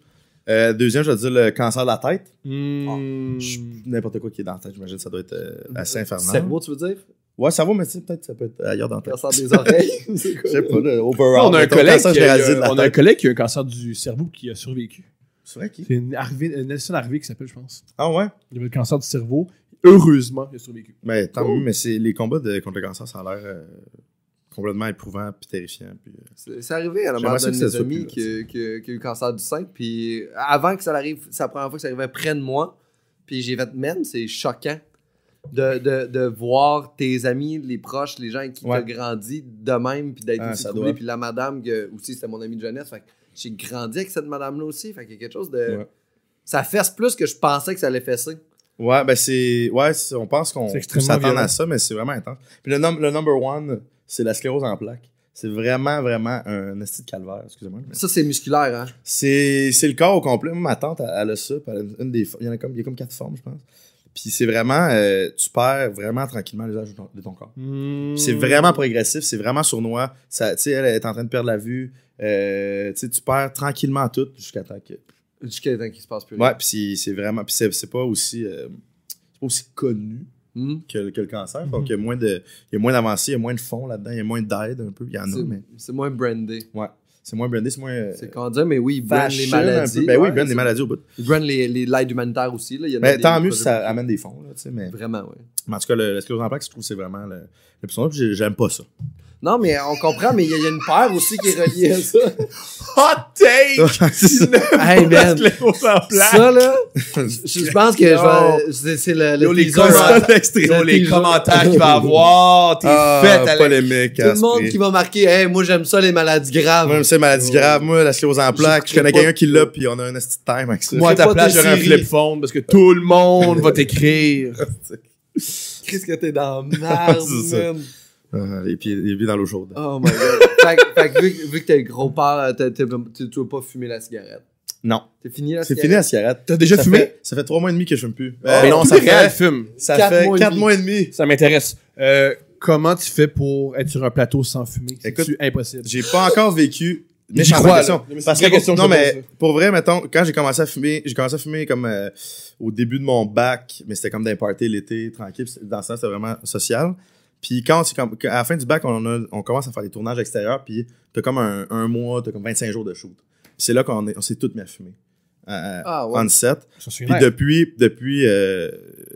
Speaker 2: Euh, deuxième, je vais dire le cancer de la tête.
Speaker 3: Hmm.
Speaker 2: Je-
Speaker 3: Mmh.
Speaker 2: N'importe quoi qui est dans la tête, j'imagine, ça doit être euh, assez infernal.
Speaker 1: Cerveau, tu veux dire
Speaker 2: Ouais, ça va, mais tu sais, peut-être ça peut être ailleurs dans la tête.
Speaker 1: Cancer des oreilles. C'est
Speaker 2: Je
Speaker 1: quoi?
Speaker 2: sais pas, le
Speaker 3: Ah,
Speaker 2: overall.
Speaker 3: on a un
Speaker 2: mettons,
Speaker 3: collègue,
Speaker 2: cancer
Speaker 3: qui a,
Speaker 2: généralisé de la
Speaker 3: on a un
Speaker 2: tête.
Speaker 3: collègue qui a un cancer du cerveau qui a survécu.
Speaker 2: C'est vrai qui
Speaker 3: C'est une Harvey- euh, Nelson Harvey qui s'appelle, je pense.
Speaker 2: Ah ouais?
Speaker 3: Il avait le cancer du cerveau. Heureusement, il a survécu.
Speaker 2: Mais Ben, tant
Speaker 3: Oh.
Speaker 2: mieux, mais c'est les combats de, contre le cancer, ça a l'air euh, complètement éprouvant puis terrifiant. Puis, euh,
Speaker 1: C'est c'est arrivé à la mère
Speaker 2: J'aimerais ça
Speaker 1: d'un de
Speaker 2: que ça
Speaker 1: mes
Speaker 2: soit
Speaker 1: amis
Speaker 2: plus
Speaker 1: qui, a- qui a- qui a eu le cancer du sein. Puis avant que ça arrive, c'est la première fois que ça arrivait près de moi. Puis j'ai fait, man, c'est choquant de, de, de voir tes amis, les proches, les gens avec qui
Speaker 2: Ouais.
Speaker 1: t'as grandi de même, puis d'être
Speaker 2: Ah,
Speaker 1: aussi
Speaker 2: ça
Speaker 1: troublé.
Speaker 2: doit.
Speaker 1: Puis la madame, que, aussi, c'était mon amie de jeunesse. Fait que j'ai grandi avec cette madame-là aussi. Fait qu'il y a quelque chose de.
Speaker 2: Ouais.
Speaker 1: Ça fesse plus que je pensais que ça allait fesser.
Speaker 2: Ouais, ben c'est. Ouais, c'est- on pense qu'on
Speaker 3: C'est
Speaker 2: peut
Speaker 3: extrêmement
Speaker 2: s'attendre
Speaker 3: violent.
Speaker 2: à ça, mais c'est vraiment intense. Puis le, num- le number one, c'est la sclérose en plaques. C'est vraiment, vraiment un esti de calvaire, excusez-moi. mais
Speaker 1: Ça, c'est musculaire, hein.
Speaker 2: C'est c'est le corps au complet. Moi, ma tante, elle, elle a ça. puis elle a une- une des, il, y en a comme, il y a comme quatre formes, je pense. Puis c'est vraiment. euh, tu perds vraiment tranquillement l'usage de ton- de ton corps.
Speaker 3: Hmm.
Speaker 2: Puis C'est vraiment progressif, c'est vraiment sournois. Ça, tu sais, elle est en train de perdre la vue. Euh, tu sais, tu perds tranquillement tout jusqu'à temps que.
Speaker 1: Jusqu'à temps qu'il se passe plus rien.
Speaker 2: Ouais, puis c'est- c'est vraiment. Puis c'est c'est pas aussi. euh, c'est pas aussi connu
Speaker 1: Hmm?
Speaker 2: que, le- que le cancer. Donc,
Speaker 3: Mhm.
Speaker 2: il y a moins de- il y a moins d'avancées, il y a moins de fond là-dedans, il y a moins d'aide un peu. Il y en a,
Speaker 1: C'est-
Speaker 2: Ah mais.
Speaker 1: C'est moins brandé.
Speaker 2: Ouais. C'est moins brandé, c'est moins. euh,
Speaker 1: C'est qu'on dit, mais oui, ils brandent les
Speaker 2: fashion un peu.
Speaker 1: maladies.
Speaker 2: Ben oui,
Speaker 1: Ouais,
Speaker 2: brand des
Speaker 1: c'est-
Speaker 2: maladies au bout.
Speaker 1: Ils prennent les, les, l'aide humanitaire aussi. Là. Il y en a
Speaker 2: Mais
Speaker 1: des-
Speaker 2: tant
Speaker 1: des
Speaker 2: mieux si
Speaker 1: projets-
Speaker 2: ça amène des fonds, là, tu sais. Mais,
Speaker 1: Vraiment, oui.
Speaker 2: mais en tout cas, le- l'esclose en plaques, je trouve que c'est vraiment le, le plus sournois, puis j'ai- J'aime pas ça.
Speaker 1: Non, mais on comprend, mais il y, a- il y a une paire aussi qui est reliée à ça.
Speaker 3: Hot take!
Speaker 1: hey, man.
Speaker 3: en
Speaker 1: Ça, là, je, je pense que je vais. C'est, c'est le, le
Speaker 3: Yo, les
Speaker 1: teaser,
Speaker 3: commentaires.
Speaker 1: hein.
Speaker 2: Extrême.
Speaker 1: Yo, les Teaser. commentaires
Speaker 3: qu'il va avoir, t'es
Speaker 2: Ah, polémique.
Speaker 1: Tout le monde qui va marquer, hey, moi, j'aime ça, les maladies graves.
Speaker 2: Moi, c'est maladie grave, moi, la sclérose en plaques. Je
Speaker 1: ferai
Speaker 2: connais
Speaker 1: pas-
Speaker 2: quelqu'un qui l'a, puis on a un esti de time avec ça.
Speaker 3: Moi, à
Speaker 1: C'est
Speaker 3: ta
Speaker 1: pas
Speaker 3: place,
Speaker 1: tes
Speaker 3: j'aurais un
Speaker 1: séries.
Speaker 3: flip phone parce que tout le monde va t'écrire.
Speaker 1: Qu'est-ce que t'es dans la merde,
Speaker 2: C'est ça.
Speaker 1: man.
Speaker 2: Ah, les, pieds, les pieds dans l'eau chaude.
Speaker 1: Oh my god. fait, que- fait que vu, que- vu que t'es gros père, t'as- t'as- tu tu veux pas fumer la cigarette.
Speaker 2: Non.
Speaker 1: T'es fini la
Speaker 2: C'est
Speaker 1: cigarette?
Speaker 2: fini la cigarette.
Speaker 3: T'as déjà
Speaker 2: Ça
Speaker 3: fumé?
Speaker 2: fait- Ça fait trois mois et demi que je fume plus.
Speaker 3: Mais
Speaker 2: Euh, non,
Speaker 3: plus
Speaker 2: ça
Speaker 3: réel,
Speaker 2: fait,
Speaker 3: fume.
Speaker 2: ça
Speaker 1: Quatre
Speaker 2: fait
Speaker 1: mois et
Speaker 2: quatre
Speaker 1: demi.
Speaker 2: mois et demi.
Speaker 3: Ça m'intéresse. Euh, comment tu fais pour être sur un plateau sans fumer?
Speaker 2: Écoute,
Speaker 3: C'est impossible.
Speaker 2: J'ai pas encore vécu. Mais
Speaker 3: J'y
Speaker 2: je
Speaker 3: crois,
Speaker 2: question.
Speaker 3: là. Mais c'est
Speaker 2: Parce
Speaker 3: une
Speaker 2: que,
Speaker 3: vraie question que
Speaker 2: non,
Speaker 3: je te
Speaker 2: mais
Speaker 3: pose,
Speaker 2: pour vrai, mettons, quand j'ai commencé à fumer, j'ai commencé à fumer comme euh, au début de mon bac, mais c'était comme d'un party l'été, tranquille. puis Dans ça, c'était vraiment social. Puis quand, c'est comme- à la fin du bac, on, a- on commence à faire des tournages extérieurs, puis t'as comme un, un mois, t'as comme 25 jours de shoot. Puis c'est là qu'on est- on s'est toutes mis à fumer. Euh,
Speaker 1: Ah ouais.
Speaker 2: En set.
Speaker 3: Ça,
Speaker 2: Puis
Speaker 3: c'est vrai.
Speaker 2: depuis, depuis euh,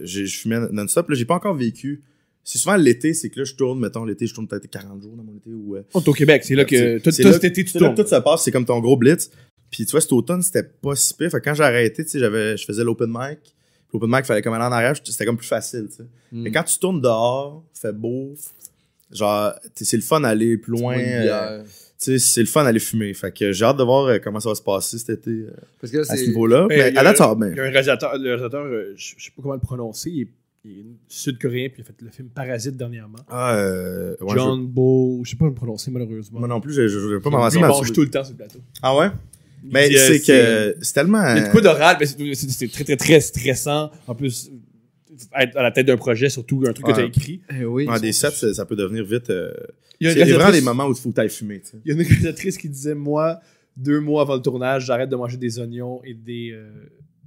Speaker 2: j'ai- je fumais non-stop. Là, j'ai pas encore vécu. C'est souvent l'été, c'est que là, je tourne, mettons, l'été, je tourne peut-être 40 jours dans mon été. Ou, euh,
Speaker 3: On est au Québec, c'est là que
Speaker 2: c'est-
Speaker 3: tout
Speaker 2: c'est
Speaker 3: tout
Speaker 2: là-
Speaker 3: cet été, tu
Speaker 2: c'est là
Speaker 3: tournes.
Speaker 2: que Tout ça passe, c'est comme ton gros blitz. Puis tu vois, cet automne, c'était pas si pire. Fait que quand j'ai arrêté, tu sais, j'avais, je faisais l'open mic. Puis L'open mic, fallait comme aller en arrière, c'était comme plus facile, tu sais.
Speaker 1: Hmm.
Speaker 2: Mais quand tu tournes dehors, fait beau, genre, t'es- c'est le fun d'aller plus loin.
Speaker 1: Une
Speaker 2: euh,
Speaker 1: bière.
Speaker 2: sais, c'est le fun d'aller fumer. Fait que j'ai hâte de voir euh, comment ça va se passer cet été euh,
Speaker 1: Parce que là,
Speaker 2: à ce
Speaker 1: c'est.
Speaker 2: niveau-là.
Speaker 3: Ben,
Speaker 2: Mais
Speaker 3: il y a-
Speaker 2: à date, ça va
Speaker 3: Il
Speaker 2: bien.
Speaker 3: y a un réalisateur, le réalisateur, euh, je je sais pas comment le prononcer, il est, il est sud-coréen, puis il a fait le film Parasite dernièrement.
Speaker 2: Ah, euh, ouais,
Speaker 3: John Bo, je sais pas le prononcer
Speaker 2: je-
Speaker 3: malheureusement.
Speaker 2: moi non plus, je, je, je vais pas
Speaker 3: Lui,
Speaker 2: m'avancer.
Speaker 3: il
Speaker 2: mais-
Speaker 3: mange tout le temps sur le plateau.
Speaker 2: Ah ouais? Mais
Speaker 3: Il dit, euh,
Speaker 2: c'est que euh, c'est tellement.
Speaker 3: Il y a de quoi d'oral, mais c'est- c'est c'est très, très, très stressant. En plus, être à la tête d'un projet, surtout un truc que
Speaker 2: Ouais.
Speaker 3: tu as écrit.
Speaker 1: Eh oui.
Speaker 2: En des sets, ça, ça peut devenir vite. euh,
Speaker 3: Il y a une
Speaker 2: C'est vraiment
Speaker 3: réalisatrice-
Speaker 2: des moments où il faut que tu ailles fumer. tu sais.
Speaker 3: Il y a une réalisatrice qui disait Moi, deux mois avant le tournage, j'arrête de manger des oignons et des euh,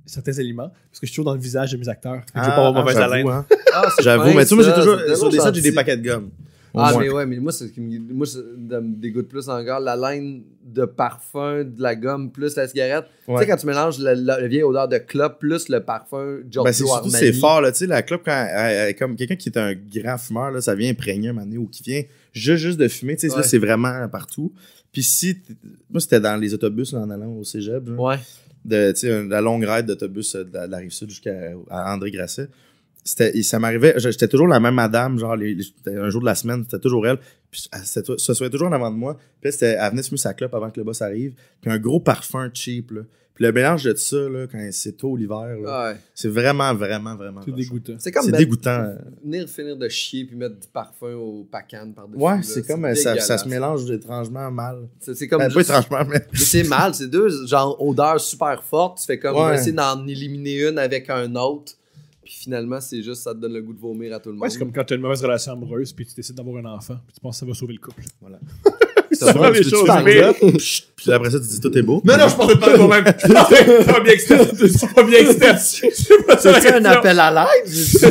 Speaker 3: certains aliments parce que je suis toujours dans le visage de mes acteurs. Fait que je veux pas avoir mauvaise
Speaker 2: j'avoue,
Speaker 3: haleine.
Speaker 2: hein.
Speaker 1: Ah, c'est
Speaker 2: J'avoue,
Speaker 1: fin,
Speaker 2: mais tu sais, moi, j'ai
Speaker 1: ça,
Speaker 2: toujours.
Speaker 1: c'est tellement
Speaker 2: Sur des sets, j'ai des
Speaker 1: gentil.
Speaker 2: paquets de gomme. Au
Speaker 1: Ah,
Speaker 2: moins.
Speaker 1: mais ouais, mais moi, c'est ce qui me, moi, ça me dégoûte plus encore. La laine de parfum, de la gomme, plus la cigarette. Tu
Speaker 2: Ouais.
Speaker 1: sais, quand tu mélanges la, la- la vieille odeur de clope, plus le parfum Giorgio
Speaker 2: Ben, c'est surtout,
Speaker 1: Armani.
Speaker 2: c'est fort, là. Tu sais, la clope, quand elle- elle- elle- comme quelqu'un qui est un grand fumeur, là, ça vient imprégner un moment donné, ou qui vient juste, juste de fumer, tu sais,
Speaker 1: Ouais.
Speaker 2: là, c'est vraiment partout. Puis si, t- moi, c'était dans les autobus, là, en allant au cégep, là,
Speaker 1: Ouais.
Speaker 2: de, tu sais, un- la longue ride d'autobus euh, de, la- de la Rive-Sud jusqu'à à André Grasset. C'était, et ça m'arrivait, je- j'étais toujours la même madame, genre, les- les- c'était un jour de la semaine, c'était toujours elle. Puis elle s'était- se souvient toujours en avant de moi. Puis là, c'était- elle venait fumer sa clope avant que le boss arrive. Puis un gros parfum cheap, là. Puis le mélange de ça, là, quand c'est tôt l'hiver, là,
Speaker 1: ouais.
Speaker 2: c'est vraiment, vraiment, vraiment.
Speaker 3: C'est
Speaker 2: vachement.
Speaker 3: dégoûtant.
Speaker 1: Ah. C'est comme
Speaker 2: C'est
Speaker 1: mettre-
Speaker 2: dégoûtant.
Speaker 1: venir finir de chier puis mettre du parfum au pacane par-dessus.
Speaker 2: Ouais,
Speaker 1: là,
Speaker 2: c'est comme euh, ça, ça
Speaker 1: dégueulasse.
Speaker 2: se mélange étrangement mal.
Speaker 1: C'est c'est comme.
Speaker 2: Ben,
Speaker 1: juste-
Speaker 2: Pas étrangement, mais.
Speaker 1: Mais c'est mal, c'est deux genre odeurs super fortes. Tu fais comme
Speaker 2: Ouais.
Speaker 1: essayer d'en éliminer une avec un autre. Puis finalement, c'est juste ça te donne le goût de vomir à tout le monde.
Speaker 3: Ouais, c'est comme quand tu as une mauvaise relation amoureuse puis tu décides d'avoir un enfant puis tu penses que ça va sauver le couple.
Speaker 1: Ça
Speaker 3: va, les
Speaker 2: Tu- tu
Speaker 3: choses,
Speaker 2: parles
Speaker 3: mais-
Speaker 2: là, psh, Puis après ça, tu dis tout est beau.
Speaker 3: Non, non, je parlais pas de moi-même. C'est pas bien externe. C'est pas bien externe. C'est pas ça.
Speaker 1: C'est un appel à l'aide.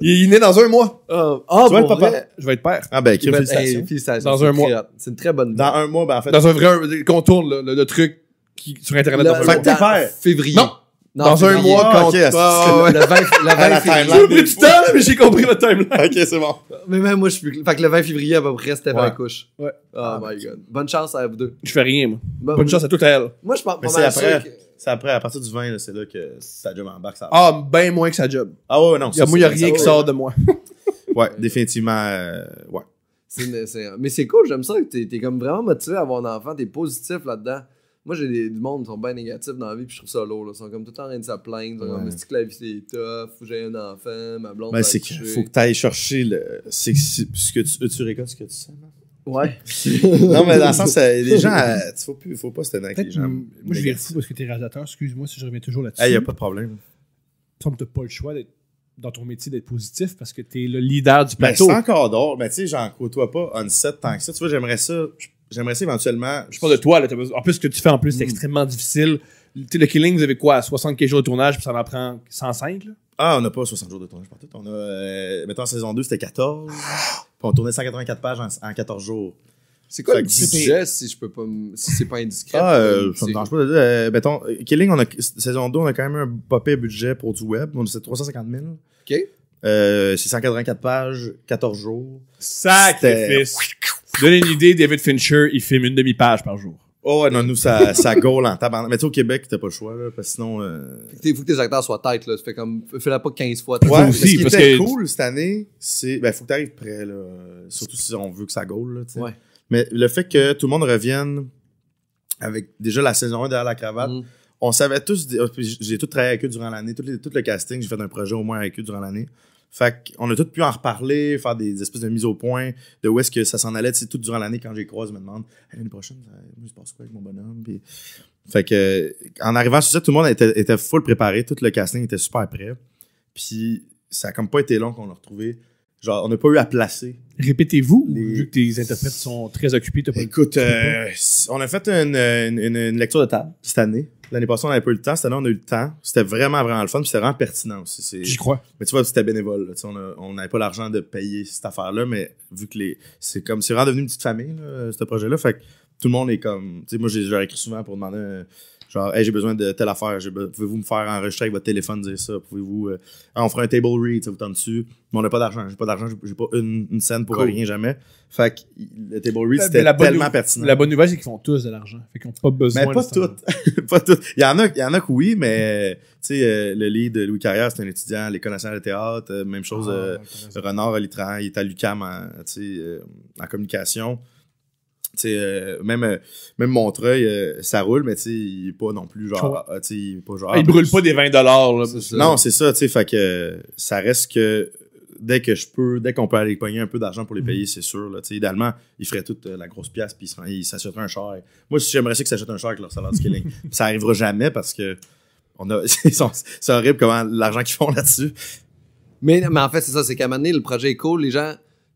Speaker 2: Il est né dans un mois.
Speaker 1: Ah,
Speaker 3: Oh,
Speaker 1: ah,
Speaker 2: Tu vas être
Speaker 1: pour
Speaker 2: papa.
Speaker 1: vrai?
Speaker 3: Je vais être père.
Speaker 2: Ah ben, crime,
Speaker 1: Ben,
Speaker 2: félicitations.
Speaker 1: hey, félicitations,
Speaker 3: Dans
Speaker 1: c'est
Speaker 3: un mois.
Speaker 1: très hot. C'est une très bonne
Speaker 2: Dans un mois, ben en fait.
Speaker 3: Dans un vrai. Contourne le, le, le truc qui, sur Internet.
Speaker 1: Le-
Speaker 3: dans un
Speaker 2: Fait
Speaker 3: mois.
Speaker 2: que t'es
Speaker 1: dans-
Speaker 2: père.
Speaker 1: Février.
Speaker 3: Non.
Speaker 1: Non,
Speaker 2: Dans un
Speaker 1: février.
Speaker 2: mois,
Speaker 1: Ah,
Speaker 2: quand-
Speaker 1: ok.
Speaker 2: ok, c'est-
Speaker 1: Ouais, ouais, le 20 le
Speaker 2: À
Speaker 1: 20
Speaker 2: la
Speaker 1: février.
Speaker 2: timeline.
Speaker 3: J'ai oublié du temps, là, mais j'ai compris votre timeline.
Speaker 2: Ok, c'est bon.
Speaker 1: Mais même moi, je suis plus. Fait que le 20 février, à peu près, c'était
Speaker 2: Ouais. Ah, ben,
Speaker 1: la couche.
Speaker 3: Ouais.
Speaker 1: Oh my god. Bonne chance à vous deux.
Speaker 3: Je fais rien, moi.
Speaker 1: Bon-
Speaker 3: Bonne chance à toute elle.
Speaker 1: Moi, je pense
Speaker 2: Mais
Speaker 1: pas
Speaker 2: c'est
Speaker 1: mal sûr
Speaker 2: après.
Speaker 1: que-
Speaker 2: C'est après, à partir du 20, là, c'est là que ça job embarque. Ça...
Speaker 3: Ah, ben moins que sa job.
Speaker 2: Ah ouais, ouais, non.
Speaker 3: Il y a,
Speaker 2: ça,
Speaker 3: moi, il y a
Speaker 2: c'est-
Speaker 3: rien
Speaker 2: ça,
Speaker 3: qui
Speaker 2: ouais.
Speaker 3: sort de moi.
Speaker 2: Ouais, définitivement. euh, ouais.
Speaker 1: C'est une- c'est- mais c'est cool, j'aime ça. que T'es, t'es comme vraiment motivé à avoir un enfant, t'es positif là-dedans. Moi, j'ai des, du monde qui sont bien négatifs dans la vie, puis je trouve ça lourd. Là. Ils sont comme tout le temps en train de se plaindre. Ils sont comme,
Speaker 2: Ouais.
Speaker 1: est-ce que la vie c'est tough? Faut que j'aie un enfant, ma blonde.
Speaker 2: Ben,
Speaker 1: va
Speaker 2: c'est
Speaker 1: accoucher.
Speaker 2: qu'il faut que tu ailles chercher le. C'est c'est- ce que tu, tu récoltes, ce que tu hein. sais.
Speaker 1: Ouais.
Speaker 2: Non, mais dans le sens, euh, les gens, il faut, plus- faut pas se tenir avec les gens.
Speaker 3: Moi, je vérifie parce que t'es réalisateur. Excuse-moi si je reviens toujours là-dessus.
Speaker 2: Il n'y a pas de problème.
Speaker 3: Tu n'as pas le choix d'être dans ton métier d'être positif parce que t'es le leader du
Speaker 2: Ben,
Speaker 3: plateau.
Speaker 2: c'est encore d'or. Mais tu sais, j'en côtoie pas on set tant que ça. Tu vois, j'aimerais ça. J'aimerais ça éventuellement.
Speaker 3: je parle de toi, là. t'as besoin- En plus, ce que tu fais en plus, c'est
Speaker 2: Mm.
Speaker 3: extrêmement difficile. Tu sais, le killing, vous avez quoi 60 quelques jours de tournage, puis ça en prend 105, là.
Speaker 2: Ah, on n'a pas 60 jours de tournage par tout. On a, euh, mettons, en saison 2, c'était 14.
Speaker 1: Ah!
Speaker 2: Puis on tournait 184 pages en, en 14 jours.
Speaker 1: C'est quoi
Speaker 2: Fait
Speaker 1: le
Speaker 2: que
Speaker 1: sujet si je peux pas me- si c'est pas indiscret?
Speaker 2: Ah, euh,
Speaker 1: euh,
Speaker 2: ça me
Speaker 1: c'est-
Speaker 2: dérange pas de dire. euh, mettons, euh, Killing, on a, saison 2, on a quand même un popé budget pour du web. On a c'est 350 000.
Speaker 1: Ok.
Speaker 2: Euh, c'est 184 pages, 14 jours.
Speaker 3: Sacrifice. Donne une idée, David Fincher, il filme une demi-page par jour.
Speaker 2: Oh, ouais, non, nous, ça, ça gaule en tabarnak. Mais tu sais, au Québec, t'as pas le choix, là, parce que sinon. euh,
Speaker 1: Fait que t'es- faut que tes acteurs soient têtes, là. Tu fais comme, fais-la pas 15 fois.
Speaker 2: Ouais,
Speaker 3: aussi,
Speaker 2: mais ce qui
Speaker 3: parce
Speaker 2: était
Speaker 3: que-
Speaker 2: cool cette année, c'est. Ben, faut que t'arrives prêt, là. euh, Surtout si on veut que ça gaule, là, tu sais.
Speaker 1: Ouais.
Speaker 2: Mais le fait que tout le monde revienne avec déjà la saison 1 derrière la cravate,
Speaker 1: Mm.
Speaker 2: on savait tous. des- oh, puis j- J'ai tout travaillé avec eux durant l'année, tout, les- tout le casting, j'ai fait un projet au moins avec eux durant l'année. Fait qu'on a tous pu en reparler, faire des espèces de mises au point, de où est-ce que ça s'en allait, tu sais, tout durant l'année, quand j'ai croisé, je me demande, Hey, l'année prochaine, ça- moi, je passe quoi avec mon bonhomme, Puis- Fait que, en arrivant sur ça, tout le monde était, était full préparé, tout le casting était super prêt. Puis ça a comme pas été long qu'on l'a retrouvé. Genre, on n'a pas eu à placer.
Speaker 3: Répétez-vous,
Speaker 2: Les-
Speaker 3: vu que tes interprètes sont très occupés, t'as pas le
Speaker 2: Écoute, euh, on a fait une, une- une- une lecture de table cette année. L'année passée, on avait pas eu le temps. Cette année, on a eu le temps. C'était vraiment, vraiment le fun. Puis c'était vraiment pertinent aussi. C'est-
Speaker 3: J'y crois.
Speaker 2: Mais tu vois, c'était bénévole. là. Tu sais, On a- on n'avait pas l'argent de payer cette affaire-là, mais vu que les. C'est comme. C'est vraiment devenu une petite famille, là, ce projet-là. Fait que tout le monde est comme. Tu sais, moi, j'ai j'ai écrit souvent pour demander. euh, Genre, hey, j'ai besoin de telle affaire. J'ai be- Pouvez-vous me faire enregistrer avec votre téléphone, dire ça? Pouvez-vous. euh, ah, on fera un table read, ça vous tente dessus. Mais on n'a pas d'argent. J'ai pas d'argent. j'ai- J'ai pas une, une scène pour
Speaker 3: Cool.
Speaker 2: rien, jamais. Fait que le table read,
Speaker 3: Mais
Speaker 2: c'était
Speaker 3: la bonne
Speaker 2: tellement
Speaker 3: nou-
Speaker 2: pertinent.
Speaker 3: La bonne nouvelle, c'est qu'ils font tous de l'argent. Fait qu'ils ont pas besoin
Speaker 2: Mais pas
Speaker 3: nécessairement.
Speaker 2: toutes. pas toutes. Il y en a, il y en a que oui, mais euh, tu sais, euh, le lead de Louis Carrière, c'est un étudiant, les connaissants de théâtre, euh, même chose. euh,
Speaker 3: Ah,
Speaker 2: Renard, il, travaille- il est à l'UCAM en, tu sais, euh, en communication. Tu Tu sais, euh, même, euh, même Montreuil, euh, ça roule, mais tu sais, il est pas non plus genre. ah, tu sais, il est pas genre.
Speaker 3: il brûle pas des 20 là.
Speaker 2: Non, c'est ça, tu sais, fait que euh, ça reste que dès que je peux, dès qu'on peut aller pogner un peu d'argent pour les payer, c'est sûr. Là, tu sais, idéalement, ils feraient toute euh, la grosse pièce puis ils seraient- ils s'achèteraient un char. Moi, si j'aimerais ça qu'ils s'achètent un char avec leur salaire de skilling. ça arrivera jamais parce que on a, ils sont- c'est horrible comment l'argent qu'ils font là-dessus.
Speaker 1: Mais, mais en fait, c'est ça, c'est qu'à un moment donné, le projet est cool, les gens.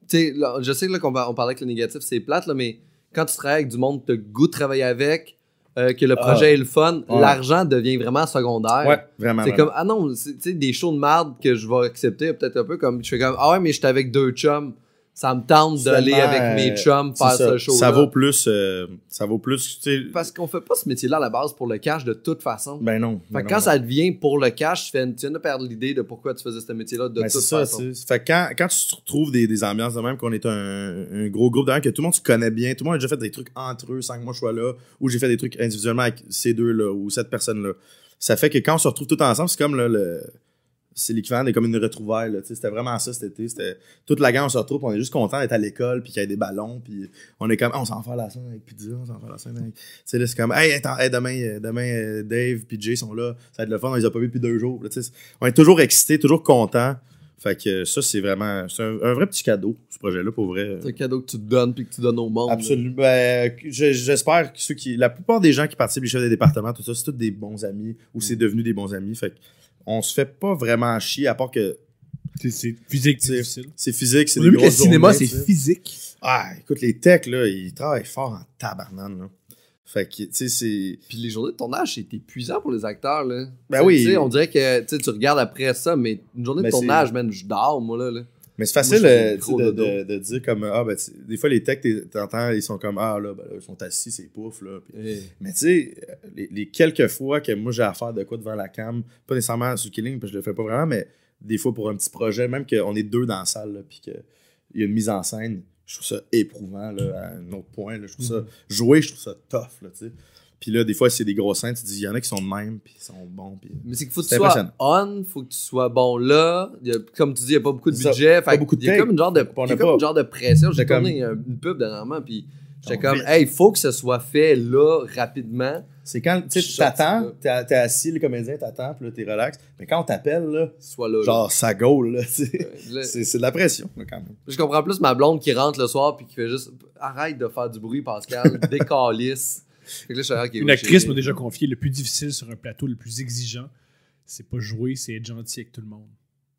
Speaker 1: Tu sais, là, je sais là, qu'on va- on parlait que le négatif, c'est plate, là, mais quand tu travailles avec du monde, tu as le goût de travailler avec, euh, que le
Speaker 2: Ah.
Speaker 1: projet est le fun,
Speaker 2: Ouais.
Speaker 1: l'argent devient vraiment secondaire.
Speaker 2: Ouais, vraiment.
Speaker 1: C'est
Speaker 2: vraiment.
Speaker 1: comme, ah non, c'est- tu sais, des shows de marde que je vais accepter, peut-être un peu comme, je fais comme, ah ouais, mais j'étais avec deux chums, ça me tente d'aller
Speaker 2: Finalement,
Speaker 1: avec mes
Speaker 2: euh,
Speaker 1: chums
Speaker 2: C'est
Speaker 1: faire ce
Speaker 2: ça,
Speaker 1: show
Speaker 2: ça vaut plus. euh, ça vaut plus. tu sais,
Speaker 1: Parce qu'on fait pas ce métier-là à la base pour le cash de toute façon.
Speaker 2: Ben non.
Speaker 1: fait
Speaker 2: ben
Speaker 1: que
Speaker 2: non,
Speaker 1: quand
Speaker 2: ben
Speaker 1: ça devient pour le cash, tu, fais, une- tu viens de perdre l'idée de pourquoi tu faisais ce métier-là de
Speaker 2: Ben, c'est
Speaker 1: toute
Speaker 2: ça,
Speaker 1: façon.
Speaker 2: c'est- Fait que quand, quand tu te retrouves des, des ambiances de même, qu'on est un, un gros groupe de même, que tout le monde se connaît bien, tout le monde a déjà fait des trucs entre eux sans que moi je sois là, ou j'ai fait des trucs individuellement avec ces deux-là ou cette personne-là. Ça fait que quand on se retrouve tout ensemble, c'est comme là, le. C'est l'équivalent de comme une retrouvaille. là, tu sais, C'était vraiment ça cet été. C'était toute la gang, on se retrouve, on est juste content d'être à l'école, puis qu'il y a des ballons, puis on est comme, Ah, on s'en fait la scène avec Pizza, on s'en fait la scène avec. Tu sais, là, c'est comme, hey, attends, hey, demain, euh, demain euh, Dave, puis Jay sont là, ça va être le fun, on les a pas vus depuis deux jours. Là, tu sais, on est toujours excités, toujours contents. Fait que ça, c'est vraiment. C'est un, un vrai petit cadeau, ce projet-là, pour vrai.
Speaker 1: C'est un cadeau que tu te donnes puis que tu donnes au monde.
Speaker 2: Absolument. Ben, je- J'espère que ceux qui. La plupart des gens qui participent, les chefs des départements, tout ça, c'est tous des bons amis ou
Speaker 3: Mm.
Speaker 2: c'est devenu des bons amis. Fait que on se fait pas vraiment chier, à part que
Speaker 3: C'est- C'est physique,
Speaker 2: C'est-
Speaker 3: c'est difficile.
Speaker 2: c'est physique, c'est
Speaker 3: On
Speaker 2: des
Speaker 3: a vu que le
Speaker 2: grosses
Speaker 3: cinéma,
Speaker 2: journées,
Speaker 3: c'est
Speaker 2: tu sais.
Speaker 3: physique.
Speaker 2: Ah, écoute, les techs, là, ils travaillent fort en tabarnane, là. Fait que, tu sais, c'est.
Speaker 1: Puis les journées de tournage, c'est épuisant pour les acteurs. Là. Tu
Speaker 2: Ben
Speaker 1: sais,
Speaker 2: oui.
Speaker 1: tu sais, on dirait que tu sais, tu regardes après ça, mais une journée
Speaker 2: Ben,
Speaker 1: de tournage, man, je dors, moi, là. là.
Speaker 2: Mais c'est facile
Speaker 1: Moi, je fais
Speaker 2: euh,
Speaker 1: des
Speaker 2: tu
Speaker 1: gros
Speaker 2: sais, de, de- de dire comme, ah, ben, tu sais, des fois, les techs, t'es- t'entends, ils sont comme, ah, là, ben, là, ils sont assis, c'est pouf, là. Puis- Mais tu sais, euh, les, les quelques fois que moi j'ai à faire de quoi devant la cam, pas nécessairement sur Killing, parce que je le fais pas vraiment, mais des fois pour un petit projet, même qu'on est deux dans la salle, là, puis qu'il y a une mise en scène, je trouve ça éprouvant là, à un autre point. là. je trouve ça
Speaker 1: Mm-hmm.
Speaker 2: jouer, je trouve ça tough. Là, tu sais. puis là, des fois, c'est des grosses scènes, tu te dis, il y en a qui sont de même, puis ils sont bons. Puis...
Speaker 1: Mais c'est qu'il faut que tu
Speaker 2: C'est
Speaker 1: sois
Speaker 2: impressionnant.
Speaker 1: on, faut que tu sois bon là. Il y a- comme tu dis, il n'y a pas beaucoup de
Speaker 2: C'est ça,
Speaker 1: budget.
Speaker 2: pas
Speaker 1: fait que
Speaker 2: beaucoup de
Speaker 1: il y a
Speaker 2: take.
Speaker 1: comme une genre de,
Speaker 2: On
Speaker 1: il y a
Speaker 2: a
Speaker 1: comme
Speaker 2: pas.
Speaker 1: une genre de pression. J'ai
Speaker 2: C'est comme- Ah,
Speaker 1: tourné un- une pub dernièrement, puis j'étais
Speaker 2: On
Speaker 1: comme,
Speaker 2: vit.
Speaker 1: hey, il faut que ce soit fait là, rapidement.
Speaker 2: C'est quand
Speaker 1: Je
Speaker 2: tu sais,
Speaker 1: suis
Speaker 2: t'attends,
Speaker 1: sorti,
Speaker 2: t'es t'es assis, le comédien t'attend, puis là, t'es relax. Mais quand on t'appelle, là,
Speaker 1: Soit là. là.
Speaker 2: genre, ça gaule, là, tu
Speaker 1: Euh,
Speaker 2: sais.
Speaker 1: là.
Speaker 2: C'est c'est de la pression, là, quand même.
Speaker 1: Je comprends plus ma blonde qui rentre le soir puis qui fait juste arrête de faire du bruit, Pascal, décalisse. Fait que là, je suis
Speaker 3: Une actrice m'a déjà confié le plus difficile sur un plateau, le plus exigeant, c'est pas jouer, c'est être gentil avec tout le monde.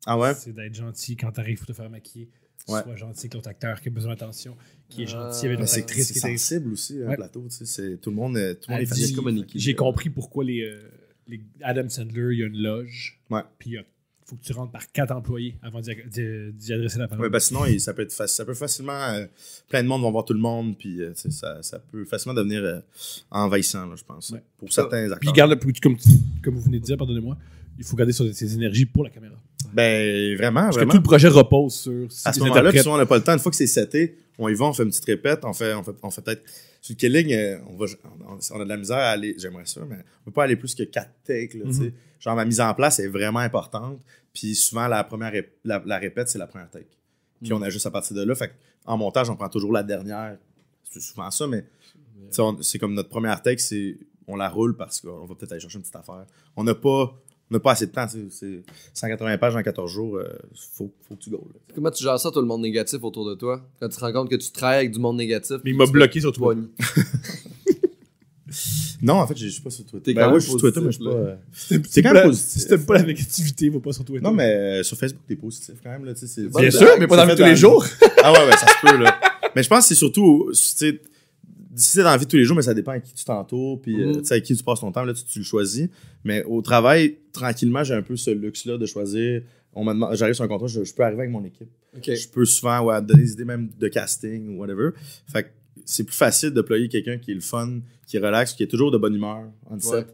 Speaker 2: Ah ouais?
Speaker 3: C'est d'être gentil quand t'arrives pour te faire maquiller.
Speaker 2: Ouais.
Speaker 3: Sois gentil avec l'autre acteur qui a besoin d'attention, qui est
Speaker 1: Ah.
Speaker 3: gentil
Speaker 2: Mais
Speaker 3: avec
Speaker 1: Ouais,
Speaker 3: l'autre
Speaker 2: c'est
Speaker 3: actrice
Speaker 2: c'est
Speaker 3: qui est
Speaker 2: sensible aussi, un
Speaker 3: Ouais.
Speaker 2: plateau. Tu sais, c'est- tout le monde, euh, tout le monde est
Speaker 3: Elle dit-
Speaker 2: fatigué.
Speaker 3: J'ai compris pourquoi les, euh, les- Adam Sandler, il y a une loge.
Speaker 2: Ouais.
Speaker 3: Puis il y a- faut que tu rentres par quatre employés avant d'y d'y- d'y adresser la parole.
Speaker 2: Ouais, ben sinon, il- ça peut être faci- ça peut facilement. euh, plein de monde vont voir tout le monde, puis euh, tu sais, ça, ça peut facilement devenir euh, envahissant, là, je pense.
Speaker 3: Ouais.
Speaker 2: Pour certains
Speaker 3: Puis
Speaker 2: acteurs.
Speaker 3: garde le plus, comme, comme vous venez de dire, pardonnez-moi, il faut garder sur ses énergies pour la caméra.
Speaker 2: Ben, vraiment,
Speaker 3: Parce que
Speaker 2: vraiment.
Speaker 3: tout le projet repose sur si
Speaker 2: À ce
Speaker 3: les
Speaker 2: moment-là, puis
Speaker 3: interprètes-
Speaker 2: souvent, on n'a pas le temps. Une fois que c'est seté, on y va, on fait une petite répète, on fait, on fait, on fait peut-être. Sur le Killing, euh, on, va, on, on a de la misère à aller. J'aimerais ça, mais on peut pas aller plus que quatre takes. là, tu sais.
Speaker 3: Mhm.
Speaker 2: Genre, ma mise en place est vraiment importante. Puis souvent, la première ré- la, la répète, c'est la première take.
Speaker 3: Mm-hmm.
Speaker 2: Puis
Speaker 1: Mhm.
Speaker 2: on ajuste à partir de là. Fait en montage, on prend toujours la dernière. C'est souvent ça, mais tu sais, on- c'est comme notre première take, c'est on la roule parce qu'on va peut-être aller chercher une petite affaire. On n'a pas. On n'a pas assez de temps, tu sais, c'est 180 pages en 14 jours, euh, faut, faut que tu go. là.
Speaker 1: Comment tu gères ça, tout le monde négatif autour de toi? Quand tu te rends compte que tu travailles avec du monde négatif.
Speaker 3: Mais il m'a
Speaker 1: tu-
Speaker 3: bloqué sur toi.
Speaker 1: Bonne.
Speaker 2: Non, en fait, je suis pas sur
Speaker 1: T'es
Speaker 2: Twitter.
Speaker 1: quand
Speaker 2: Ben
Speaker 1: même
Speaker 2: oui, je suis sur Twitter, mais je
Speaker 1: positif,
Speaker 2: suis pas. euh,
Speaker 3: C'est
Speaker 2: C'est
Speaker 3: quand
Speaker 2: quand
Speaker 3: même
Speaker 2: même
Speaker 3: Si
Speaker 2: positif.
Speaker 3: t'aimes pas la négativité, va pas sur Twitter.
Speaker 2: Non, mais euh, sur Facebook, t'es positif quand même. Là, tu sais, c'est-
Speaker 1: Bien sûr,
Speaker 2: mais pas dans la vie tous les jours. Ah ouais, ouais, ça se peut. Là. Mais je pense que c'est surtout. euh, tu sais, Si t'es dans la vie de tous les jours, mais ça dépend à qui tu t'entoures, puis euh,
Speaker 1: Mhm.
Speaker 2: tu sais, à qui tu passes ton temps, là, tu, tu le choisis. Mais au travail, tranquillement, j'ai un peu ce luxe-là de choisir. On me demande- J'arrive sur un contrat, je- je peux arriver avec mon équipe.
Speaker 1: Ok.
Speaker 2: Je peux souvent ouais, donner des idées même de casting ou whatever. Fait que c'est plus facile de ployer quelqu'un qui est le fun, qui est relax, qui est toujours de bonne humeur en set.
Speaker 1: Ouais.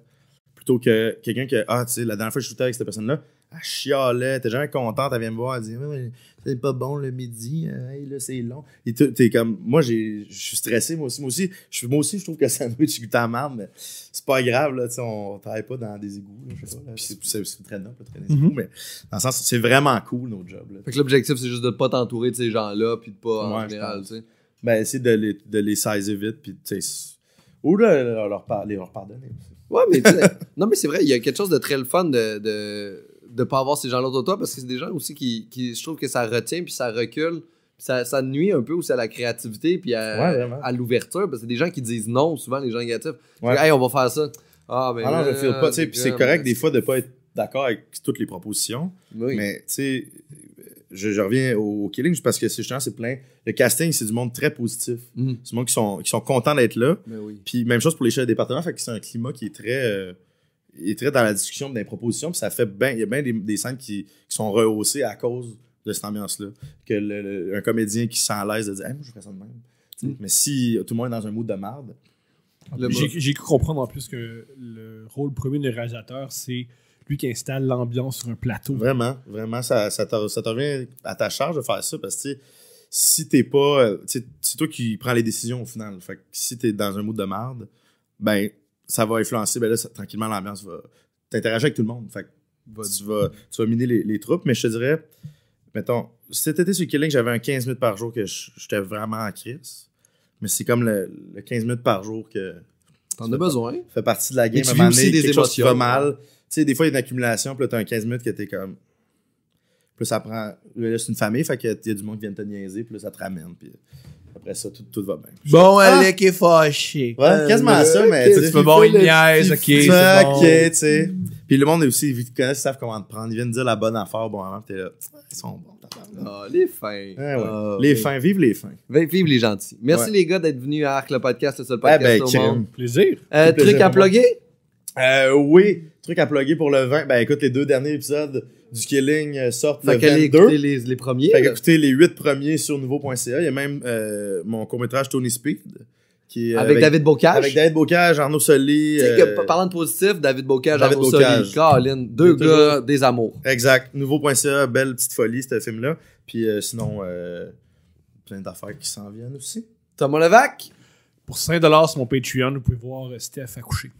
Speaker 2: Plutôt que quelqu'un qui, ah, tu sais, la dernière fois que je shootais avec cette personne-là, elle chialait, t'es jamais contente, elle vient me voir, elle dit, Ouais, ouais, c'est pas bon le midi, euh, hey, là, c'est long. Et tout- t'es comme, moi, j'ai- je suis stressé, moi aussi. Moi aussi, je, suis- moi aussi, je trouve que ça me goûte à marde, mais c'est pas grave, là, tu sais, on travaille pas dans des égouts, là, je sais pas, là. C'est- c'est c'est très noble, le train des
Speaker 3: Mhm.
Speaker 2: égouts, mais dans le sens, c'est vraiment cool, nos jobs, là.
Speaker 1: Fait que l'objectif, c'est juste de pas t'entourer de ces gens-là puis de pas, en
Speaker 2: Ouais, je
Speaker 1: général, tu sais.
Speaker 2: Ben, essayer de les, de les sizer vite, puis tu sais, s- ou de leur, leur par- les leur pardonner aussi.
Speaker 1: Ouais, mais tu sais, non, mais c'est vrai, il y a quelque chose de très le fun de, de, de pas avoir ces gens-là autour de toi parce que c'est des gens aussi qui, qui, je trouve que ça retient puis ça recule. puis Ça, ça nuit un peu aussi à la créativité puis à,
Speaker 2: Ouais, vraiment.
Speaker 1: à l'ouverture parce que c'est des gens qui disent non, souvent les gens négatifs.
Speaker 2: Ouais.
Speaker 1: Hey, on va faire ça. Ah, mais.
Speaker 2: Ah non,
Speaker 1: là,
Speaker 2: je le file pas, tu sais,
Speaker 1: c'est
Speaker 2: puis c'est
Speaker 1: bien,
Speaker 2: correct
Speaker 1: mais-
Speaker 2: des fois de pas être d'accord avec toutes les propositions.
Speaker 1: Oui.
Speaker 2: Mais tu sais, je, je reviens au, au Killing parce que c'est justement, c'est plein. Le casting, c'est du monde très positif.
Speaker 1: Mm.
Speaker 2: C'est du monde qui sont, qui sont contents d'être là.
Speaker 1: Mais oui.
Speaker 2: Puis même chose pour les chefs de département, fait que c'est un climat qui est très, euh, est très dans la discussion, dans les propositions. Puis ça fait bien, il y a bien des, des scènes qui, qui sont rehaussées à cause de cette ambiance-là. Que le- le- un comédien qui se sent à l'aise de dire, Hey, moi je ferais ça de même. Tu sais,
Speaker 1: Mm.
Speaker 2: Mais si tout le monde est dans un mood de merde,
Speaker 1: Le
Speaker 3: J'ai
Speaker 1: mot.
Speaker 3: j'ai cru comprendre en plus que le rôle premier du réalisateur, c'est lui qui installe l'ambiance sur un plateau.
Speaker 2: Vraiment, vraiment, ça, ça, te, ça te revient à ta charge de faire ça parce que tu sais, si t'es pas. euh, tu sais, C'est toi qui prends les décisions au final. Fait que si t'es dans un mood de merde, ben ça va influencer, ben là, ça- tranquillement, l'ambiance va. T'interagis avec tout le monde. Fait que tu vas, tu vas miner les, les troupes, mais je te dirais, mettons, cet été sur Killing, j'avais un 15 minutes par jour que je- j'étais vraiment en crise. Mais c'est comme le, le 15 minutes par jour que
Speaker 1: T'en as besoin.
Speaker 2: fait partie de la game.
Speaker 1: tu
Speaker 2: À un
Speaker 1: vis
Speaker 2: moment
Speaker 1: aussi
Speaker 2: donné,
Speaker 1: des
Speaker 2: quelque chose qui va
Speaker 1: émotions.
Speaker 2: mal. Tu sais, des fois, il y a une accumulation, puis là, t'as un 15 minutes que t'es comme. Puis là, ça prend. Là, c'est une famille, fait qu'il y a du monde qui vient te niaiser, puis là, ça te ramène, puis après ça, tout, tout va bien.
Speaker 4: Bon,
Speaker 2: Ah!
Speaker 4: Alec est fâché.
Speaker 2: Ouais, quasiment ça, mais tu sais,
Speaker 4: peux bon, il niaise, ok.
Speaker 2: Tu
Speaker 4: c'est
Speaker 2: fais,
Speaker 4: bon.
Speaker 2: ok, tu sais. Puis le monde est aussi, ils te connaissent, ils savent comment te prendre. Ils viennent dire la bonne affaire, bon moment, puis t'es là. Ils sont bons, tabarnak.
Speaker 1: Ah, les fins.
Speaker 2: Eh Ouais, ouais.
Speaker 1: Ah,
Speaker 2: les
Speaker 1: oui.
Speaker 2: fins, vive les fins.
Speaker 1: Vive vive les gentils. Merci
Speaker 2: Ouais.
Speaker 1: les gars d'être venus à Arc le podcast, le seul
Speaker 2: Ah
Speaker 1: podcast
Speaker 2: ben,
Speaker 1: au
Speaker 2: crime.
Speaker 1: monde.
Speaker 3: Plaisir.
Speaker 1: Euh,
Speaker 2: Tout
Speaker 1: truc
Speaker 2: plaisir
Speaker 1: à
Speaker 2: pour moi.
Speaker 1: plugger?
Speaker 2: Euh, oui, truc à plugger pour le 20. Ben écoute, les deux derniers épisodes du Killing euh, sortent
Speaker 1: Fait qu'allez
Speaker 2: le 22.
Speaker 1: écouter les, les premiers.
Speaker 2: Fait
Speaker 1: là.
Speaker 2: qu'écoutez les 8 premiers sur nouveau.ca. Il y a même euh, mon court-métrage Tony Speed. Qui est
Speaker 1: avec, David Bocage.
Speaker 2: Avec David Bocage, Arnaud Soli.
Speaker 1: Tu sais
Speaker 2: euh,
Speaker 1: que, parlant de positif, David Bocage,
Speaker 2: David
Speaker 1: Arnaud
Speaker 2: Bocage.
Speaker 1: Soli, Colin, deux
Speaker 2: Il est toujours-
Speaker 1: gars, des amours.
Speaker 2: Exact. Nouveau.ca, belle petite folie, ce film-là. Puis euh, sinon, euh, plein d'affaires qui s'en viennent aussi.
Speaker 1: Thomas Levac,
Speaker 3: Pour 5$ sur mon Patreon, vous pouvez voir euh, Steph accoucher.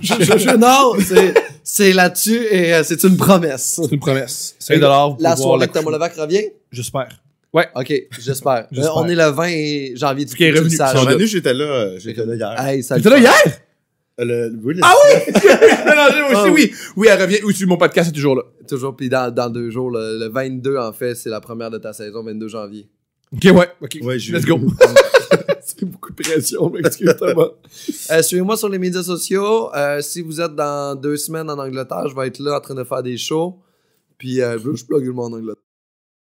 Speaker 1: je, je- je- non, c'est- c'est là-dessus et euh, c'est une promesse.
Speaker 3: C'est une promesse. 5$, vous pouvez
Speaker 1: La
Speaker 3: voir
Speaker 1: soirée
Speaker 3: la
Speaker 1: que Thomas Levac revient?
Speaker 3: J'espère.
Speaker 1: Ok, j'espère. Euh,
Speaker 3: J'espère.
Speaker 1: on est le 20 janvier du
Speaker 3: Qui est
Speaker 1: tu le
Speaker 3: revenu,
Speaker 1: saches.
Speaker 2: Son venu, j'étais là, euh, j'étais là hier.
Speaker 1: Hey, ça
Speaker 3: T'étais là hier?
Speaker 2: Euh, le- oui, ah oui!
Speaker 3: Non, non, j'ai-
Speaker 1: Ah
Speaker 3: oui. Oui, elle revient. Oui, tu- mon podcast est toujours là.
Speaker 1: Toujours, puis dans, dans deux jours, le, le 22, en fait, c'est la première de ta saison, 22 janvier.
Speaker 3: Ok, ouais. Ok.
Speaker 2: Ouais, j'ai-
Speaker 3: Let's go. C'est beaucoup de pression, excuse moi
Speaker 1: Euh, Suivez-moi sur les médias sociaux. Euh, si vous êtes dans deux semaines en Angleterre, je vais être là en train de faire des shows. Puis euh, je veux que je plug le monde en Angleterre.